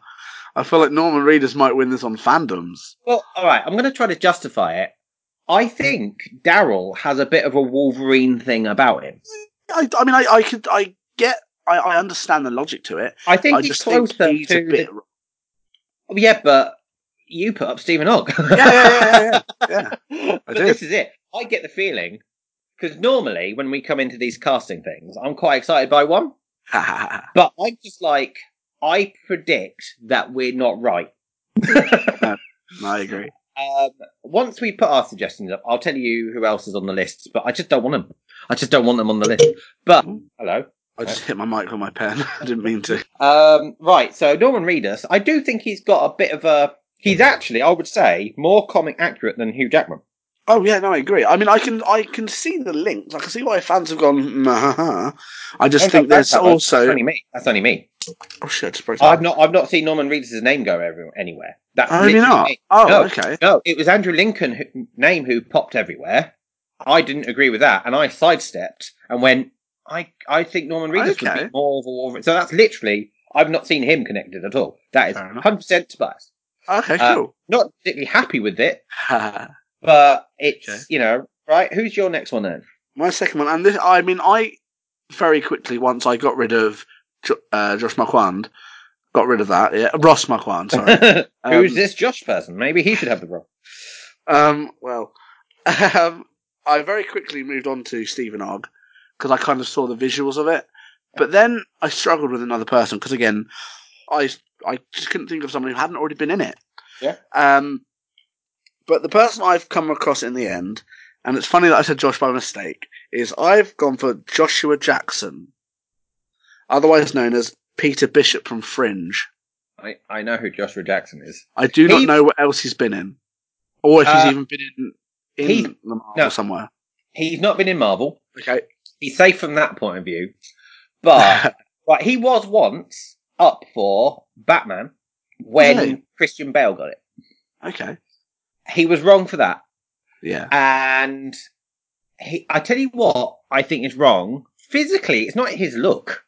S1: I feel like Norman Reedus might win this on fandoms.
S2: Well, all right, I'm going to try to justify it. I think Daryl has a bit of a Wolverine thing about him.
S1: I, I mean, I, I could, I get, I, I understand the logic to it.
S2: I think
S1: I
S2: he's
S1: just
S2: closer
S1: think he's
S2: to.
S1: a bit.
S2: the- Oh, yeah, but you put up Stephen Ogg.
S1: Yeah, yeah, yeah, yeah, yeah.
S2: but
S1: did.
S2: this is it. I get the feeling because normally when we come into these casting things, I'm quite excited by one, [LAUGHS]
S1: [LAUGHS]
S2: but I'm just like, I predict that we're not right.
S1: I agree.
S2: Um, once we put our suggestions up, I'll tell you who else is on the list, but I just don't want them. I just don't want them on the list. But, hello.
S1: I just hit my mic with my pen. [LAUGHS] I didn't mean to.
S2: Um, right, so Norman Reedus, I do think he's got a bit of a. He's actually, I would say, more comic accurate than Hugh Jackman.
S1: Oh yeah, no, I agree. I mean, I can I can see the links. I can see why fans have gone. "Mm, ah, ah, ah." I just
S2: Don't
S1: think
S2: go
S1: there's
S2: back that way. That's
S1: also.
S2: only me. That's only me.
S1: Oh shit! it's broken.
S2: I've not. I've not seen Norman Reedus' name go every, anywhere. That's
S1: Oh, you're
S2: literally
S1: not.
S2: me.
S1: Oh,
S2: No.
S1: okay.
S2: No, it was Andrew Lincoln who, name who popped everywhere. I didn't agree with that, and I sidestepped and went. I I think Norman Reedus
S1: Okay.
S2: would be more of a Wolverine. So that's literally. I've not seen him connected at all. That is
S1: Fair enough.
S2: hundred percent biased.
S1: Okay,
S2: Uh,
S1: cool.
S2: Not particularly happy with it, [LAUGHS] but it's
S1: Okay.
S2: you know right. Who's your next one then?
S1: my second one, and this, I mean, I very quickly once I got rid of Jo- uh, Josh Marquand, got rid of that. Yeah, Ross Marquand. Sorry. Um,
S2: [LAUGHS] who's this Josh person? Maybe he should have the role.
S1: Um, well, [LAUGHS] um, I very quickly moved on to Stephen Ogg because I kind of saw the visuals of it, but then I struggled with another person because again, I I just couldn't think of someone who hadn't already been in it.
S2: Yeah.
S1: Um, but the person I've come across in the end, and it's funny that I said Josh by mistake, is I've gone for Joshua Jackson, otherwise known as Peter Bishop from Fringe.
S2: I, I know who Joshua Jackson is.
S1: I do not
S2: He-
S1: know what else he's been in, or if
S2: Uh,
S1: he's even been in in
S2: he-
S1: the Marvel
S2: no.
S1: somewhere.
S2: He's not been in Marvel.
S1: Okay,
S2: He's safe from that point of view.
S1: [LAUGHS]
S2: But but he was once up for Batman when
S1: Really?
S2: Christian Bale got it.
S1: okay,
S2: He was wrong for that.
S1: yeah,
S2: And he I tell you what I think is wrong. Physically, it's not his look.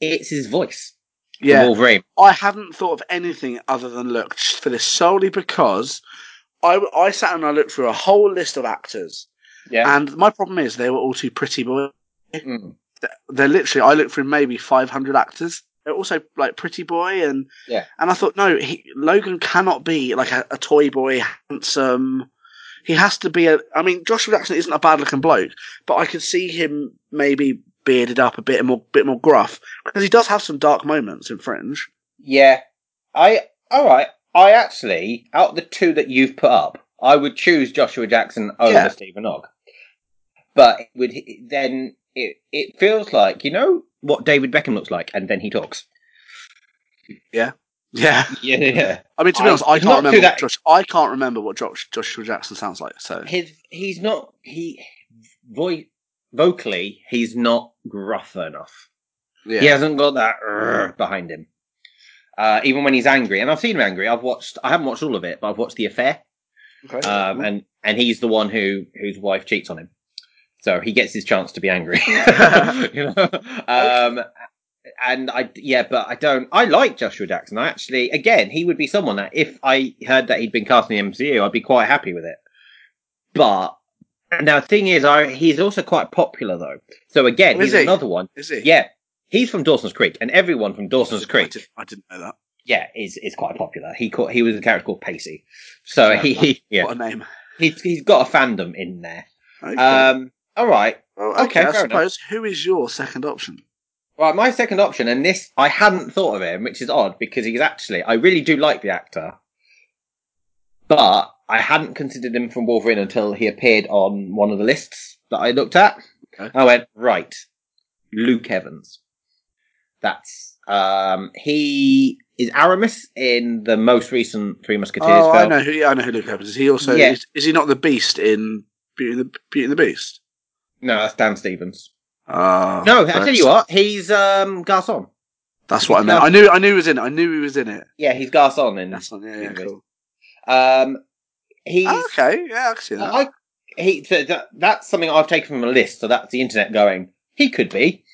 S2: It's his voice. for
S1: yeah.
S2: Wolverine.
S1: I hadn't thought of anything other than look for this solely because I I sat and I looked through a whole list of actors,
S2: Yeah.
S1: and my problem is they were all too pretty boy.
S2: Mm.
S1: They're literally I looked through maybe five hundred actors. They're also like pretty boy and
S2: Yeah.
S1: and I thought no, he, Logan cannot be like a, a toy boy, handsome. He has to be a. I mean, Joshua Jackson isn't a bad looking bloke, but I could see him maybe bearded up a bit more, bit more gruff because he does have some dark moments in Fringe.
S2: Yeah. I all right. I actually out of the two that you've put up, I would choose Joshua Jackson over
S1: Yeah.
S2: Stephen Ogg. But it would then it it feels like you know what David Beckham looks like, and then he talks.
S1: Yeah.
S2: Yeah, yeah.
S1: I mean, to be
S2: I
S1: honest, I
S2: did
S1: can't
S2: not do
S1: remember. What
S2: that.
S1: Josh, I can't remember what Josh, Joshua Jackson sounds like. So
S2: His he's not he voice vocally he's not gruff enough.
S1: yeah,
S2: He hasn't got that "Urgh" behind him. Uh, even when he's angry, and I've seen him angry. I've watched. I haven't watched all of it, but I've watched The Affair.
S1: Okay.
S2: um, and and he's the one who whose wife cheats on him, so he gets his chance to
S1: [LAUGHS]
S2: be angry. [LAUGHS] you know, um, and I yeah, but I don't. I like Joshua Jackson. I actually, again, he would be someone that if I heard that he'd been cast in the MCU, I'd be quite happy with it. But now, the thing is, I he's also quite popular though. So again,
S1: Oh, is
S2: he's
S1: he?
S2: another one.
S1: is he?
S2: Yeah, he's from Dawson's Creek, and everyone from Dawson's
S1: I,
S2: Creek
S1: did, not know that.
S2: yeah, is is quite popular. He caught, he was a character called Pacey, so he, he [LAUGHS] yeah
S1: What a name.
S2: he's he's got a fandom in there.
S1: Okay.
S2: Um, all right,
S1: well,
S2: okay,
S1: okay, I
S2: fair enough.
S1: suppose. Who is your second option?
S2: right. My second option, and this I hadn't thought of him, which is odd because he's actually I really do like the actor, but I hadn't considered him from Wolverine until he appeared on one of the lists that I looked at.
S1: Okay.
S2: I went right, Luke Evans. That's um he is Aramis in the most recent Three Musketeers
S1: Oh, I
S2: film.
S1: know who. Yeah, I know who Luke Evans is. He also
S2: Yeah.
S1: is, is. he not the Beast in Beauty and the Beauty and the Beast?
S2: No, that's Dan Stevens.
S1: Ah,
S2: No, I
S1: that's-
S2: tell you what, he's um Garcon.
S1: That's what I meant. I knew. I knew he was in it. I knew he was in it.
S2: Yeah, he's Garcon in
S1: That's on. Yeah, yeah,
S2: Beauty and the
S1: cool.
S2: um he's
S1: Ah, okay, yeah, I can see that.
S2: I he th- th- that's something I've taken from a list, so that's the internet going. He could be.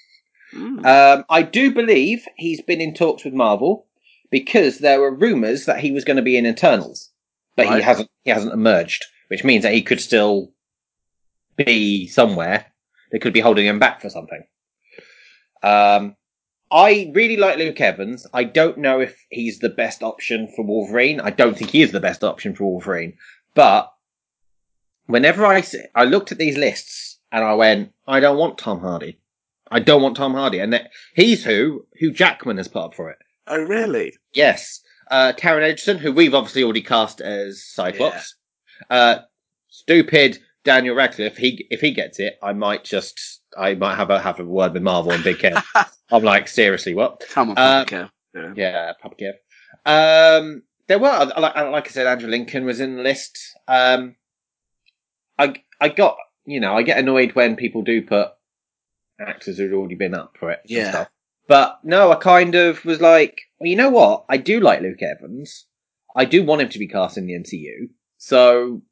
S1: Mm.
S2: Um I do believe he's been in talks with Marvel because there were rumors that he was going to be in Eternals, but he
S1: Right.
S2: hasn't he hasn't emerged, which means that he could still be somewhere. They could be holding him back for something. Um, I really like Luke Evans. I don't know if he's the best option for Wolverine. I don't think he is the best option for Wolverine. But whenever I s- I looked at these lists and I went, I don't want Tom Hardy. I don't want Tom Hardy. And that, he's who who Jackman has put up for it.
S1: Oh, really?
S2: Yes. Uh, Taron Edgerton, who we've obviously already cast as Cyclops. Uh, stupid Daniel Radcliffe. He, if he gets it, I might just, I might have a, have a word with Marvel and Big Ken. I'm like, seriously, what?
S1: Come on,
S2: Uh,
S1: Papa Kev. Yeah.
S2: Yeah, Papa Kev. Um, there were, other- like, like I said, Andrew Lincoln was in the list. Um, I, I got, you know, I get annoyed when people do put actors who'd already been up for it. and
S1: Yeah.
S2: stuff. But no, I kind of was like, well, you know what? I do like Luke Evans. I do want him to be cast in the MCU. So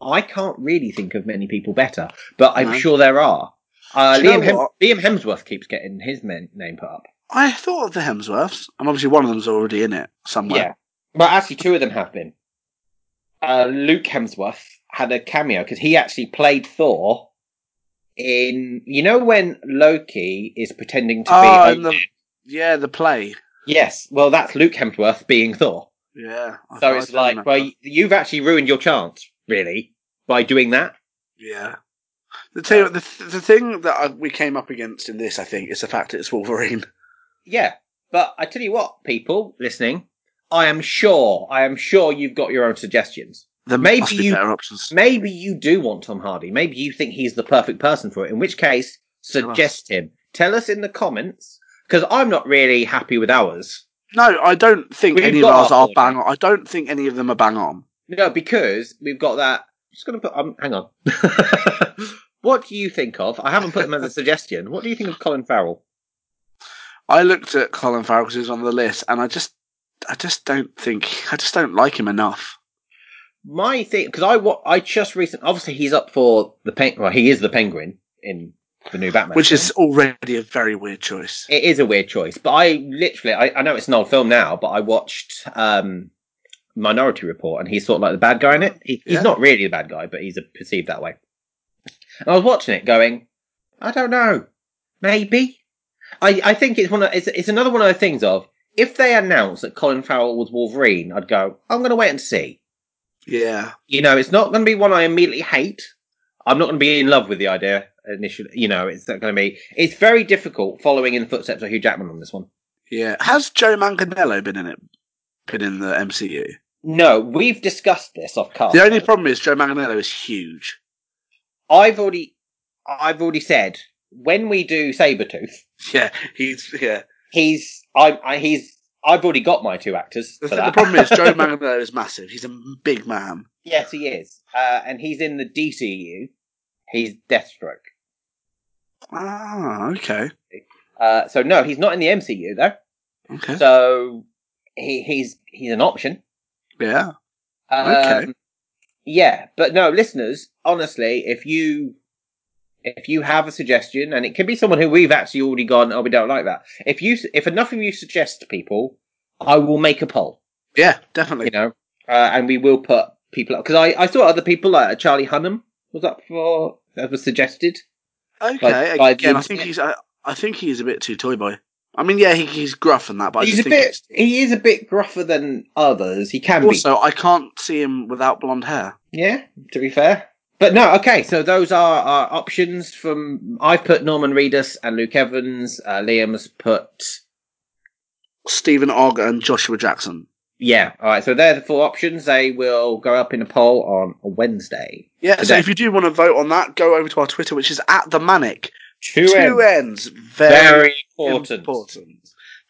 S2: I can't really think of many people better, but I'm
S1: No.
S2: sure there are. Uh,
S1: Do you know
S2: Liam, Hem-
S1: what?
S2: Liam Hemsworth keeps getting his men- name put up.
S1: I thought of the Hemsworths, and obviously one of them's already in it somewhere.
S2: Yeah. Well, actually, two of them have been. Uh, Luke Hemsworth had a cameo because he actually played Thor in. You know when Loki is pretending to
S1: Oh,
S2: be.
S1: in the yeah, the play.
S2: Yes, well, that's Luke Hemsworth being Thor.
S1: Yeah. I thought
S2: So
S1: Oh, I
S2: it's
S1: did
S2: like,
S1: remember.
S2: well, you've actually ruined your chance, really, by doing that.
S1: yeah. The, tell you what, the th- the thing that I, we came up against in this, I think, is the fact it's Wolverine.
S2: Yeah, but I tell you what, people listening, I am sure, I am sure you've got your own suggestions.
S1: There
S2: Maybe
S1: must be
S2: you-
S1: better options.
S2: Maybe you do want Tom Hardy. Maybe you think he's the perfect person for it. In which case, suggest him. Tell us in the comments because I'm not really happy with ours.
S1: No, I don't think
S2: We've
S1: any of
S2: got
S1: ours
S2: our
S1: are
S2: order.
S1: bang on. I don't think any of them are bang on.
S2: No, because we've got that. I'm just going to put. Um, hang on. [LAUGHS] what do you think of? I haven't put them as a suggestion. What do you think of Colin Farrell?
S1: I looked at Colin Farrell because he was on the list, and I just, I just don't think, I just don't like him enough.
S2: My thing, because I wa- I just recently, obviously he's up for the pen. Well, he is the Penguin in the new Batman,
S1: Which
S2: film.
S1: is already a very weird choice.
S2: it is a weird choice. But I literally, I, I know it's an old film now, but I watched um Minority Report, and he's sort of like the bad guy in it. He,
S1: Yeah.
S2: He's not really the bad guy, but he's a, perceived that way. And I was watching it, going, I don't know, maybe. I, I think it's one of it's, it's another one of the things of if they announced that Colin Farrell was Wolverine, I'd go, I'm going to wait and see.
S1: Yeah,
S2: You know, it's not going to be one I immediately hate. I'm not going to be in love with the idea initially. You know, it's not going to be. It's very difficult following in the footsteps of Hugh Jackman on this one.
S1: yeah. Has Joe Manganiello been in it? Been in the MCU?
S2: No, we've discussed this off cast.
S1: The only problem is Joe Manganiello is huge. [LAUGHS]
S2: I've already, I've already said when we do Sabretooth,
S1: Yeah, he's yeah.
S2: he's, I, I he's, I've already got my two actors.
S1: The,
S2: for
S1: th- the
S2: that.
S1: problem is [LAUGHS] Joe Manganiello is massive. He's a big man.
S2: [LAUGHS] yes, he is, uh, and he's in the DCU. He's Deathstroke.
S1: Ah, okay,
S2: Uh, so no, he's not in the MCU though.
S1: okay,
S2: So he, he's he's an option.
S1: yeah.
S2: Um, Yeah, but no, listeners, honestly, if you if you have a suggestion, and it can be someone who we've actually already gone, oh, we don't like that. If you if enough of you suggest people, I will make a poll.
S1: Yeah, definitely.
S2: You know, uh, and we will put people up because I I saw other people like Charlie Hunnam was up for that was suggested.
S1: Okay,
S2: Like- like
S1: again,
S2: the
S1: I think
S2: internet.
S1: he's. I, I think he's a bit too toy boy. I mean, yeah, he, he's gruff and that, but I
S2: He's
S1: just
S2: a
S1: think
S2: bit he is a bit gruffer than others. He can be.
S1: Also, I can't see him without blonde hair.
S2: Yeah, to be fair. But no, okay, so those are our options from I've put Norman Reedus and Luke Evans, uh, Liam's put
S1: Stephen Ogg and Joshua Jackson.
S2: yeah, all right. So they're the four options. They will go up in a poll on a Wednesday.
S1: Yeah, so
S2: Today.
S1: if you do want to vote on that, go over to our Twitter, which is at the Manic.
S2: Two,
S1: Two ends.
S2: ends.
S1: Very,
S2: Very important.
S1: important.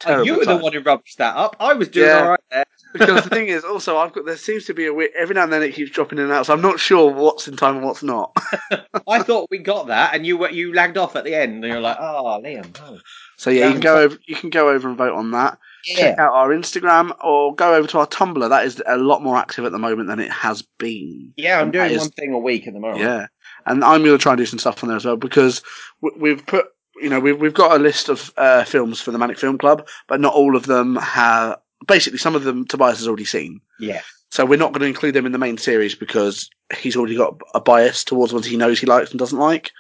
S2: Oh, you
S1: Terrible
S2: were the
S1: time.
S2: one who rubbish that up. I was doing
S1: Yeah.
S2: all right there.
S1: because the thing is, also, I've got there seems to be a weird, every now and then it keeps dropping in and out, so I'm not sure what's in time and what's not. [LAUGHS]
S2: I thought we got that, and you were you lagged off at the end, and you're like, "Oh, Liam." oh."
S1: So yeah, you can go over, you can go over and vote on that. Check
S2: Yeah,
S1: out our Instagram or go over to our Tumblr. That is a lot more active at the moment than it has been.
S2: yeah. I'm doing
S1: That is-
S2: one thing a week at the moment.
S1: Yeah, and I'm going to try and do some stuff on there as well because w- we've put, you know, we've we've got a list of uh, films for the Manic Film Club, but not all of them have. Basically, some of them Tobias has already seen,
S2: yeah.
S1: so we're not going to include them in the main series because he's already got a bias towards ones he knows he likes and doesn't like.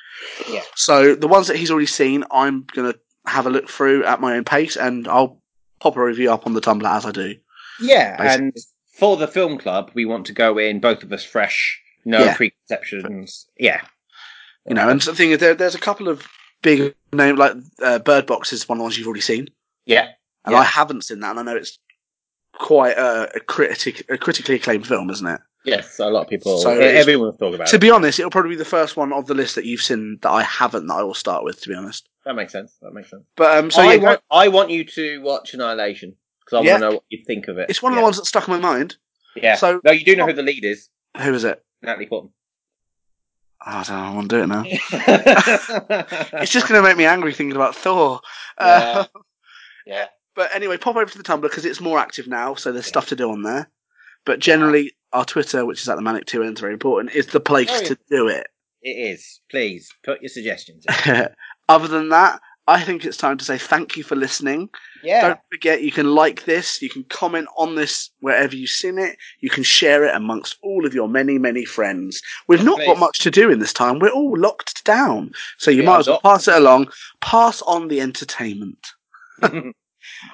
S2: Yeah.
S1: So the ones that he's already seen, I'm going to have a look through at my own pace, and I'll pop a review up on the Tumblr as I do.
S2: Yeah,
S1: Basically.
S2: and for the film club, we want to go in both of us fresh, no
S1: Yeah.
S2: preconceptions. Yeah,
S1: You know, and the thing is, there, there's a couple of big name like uh, Bird Box is one of the ones you've already seen,
S2: Yeah.
S1: and
S2: Yeah.
S1: I haven't seen that, and I know it's quite a, a critic, a critically acclaimed film, isn't it?
S2: Yes, a lot of people. e-,
S1: So it's-
S2: everyone's talking about
S1: To
S2: it.
S1: be honest, it'll probably be the first one of the list that you've seen that I haven't that I will start with. To be honest,
S2: That makes sense. That makes sense.
S1: but um, so
S2: I,
S1: yeah, go-
S2: want, I want you to watch Annihilation because I
S1: Yeah.
S2: want to know what you think of it.
S1: it's one of
S2: yeah.
S1: the ones that stuck in my mind.
S2: Yeah.
S1: so-
S2: So no, you do know who the lead is,
S1: Who is it?
S2: Natalie Portman. [LAUGHS]
S1: Oh, I don't know. I want to do it now.
S2: it's
S1: [LAUGHS] it's just going to make me angry thinking about Thor. Uh,
S2: Yeah.
S1: But anyway, pop over to the Tumblr because it's more active now, so there's stuff to do on there. But generally, our Twitter, which is at the Manic Two, and it's very important, is the place
S2: Oh, yeah.
S1: to do it.
S2: It is. Please put your suggestions. in.
S1: [LAUGHS] Other than that, I think it's time to say thank you for listening.
S2: Yeah.
S1: Don't forget, you can like this, you can comment on this wherever you've seen it, you can share it amongst all of your many, many friends. We've not got
S2: Please.
S1: much to do in this time, we're all locked down. So you
S2: We
S1: might
S2: are
S1: as well
S2: locked.
S1: pass it along, pass on the entertainment.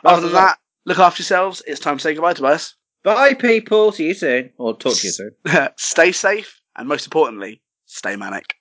S1: Other than that, look after yourselves. It's time to say goodbye to us. [LAUGHS]
S2: Bye, people. See you soon. Or talk to you soon.
S1: stay safe, and most importantly, stay manic.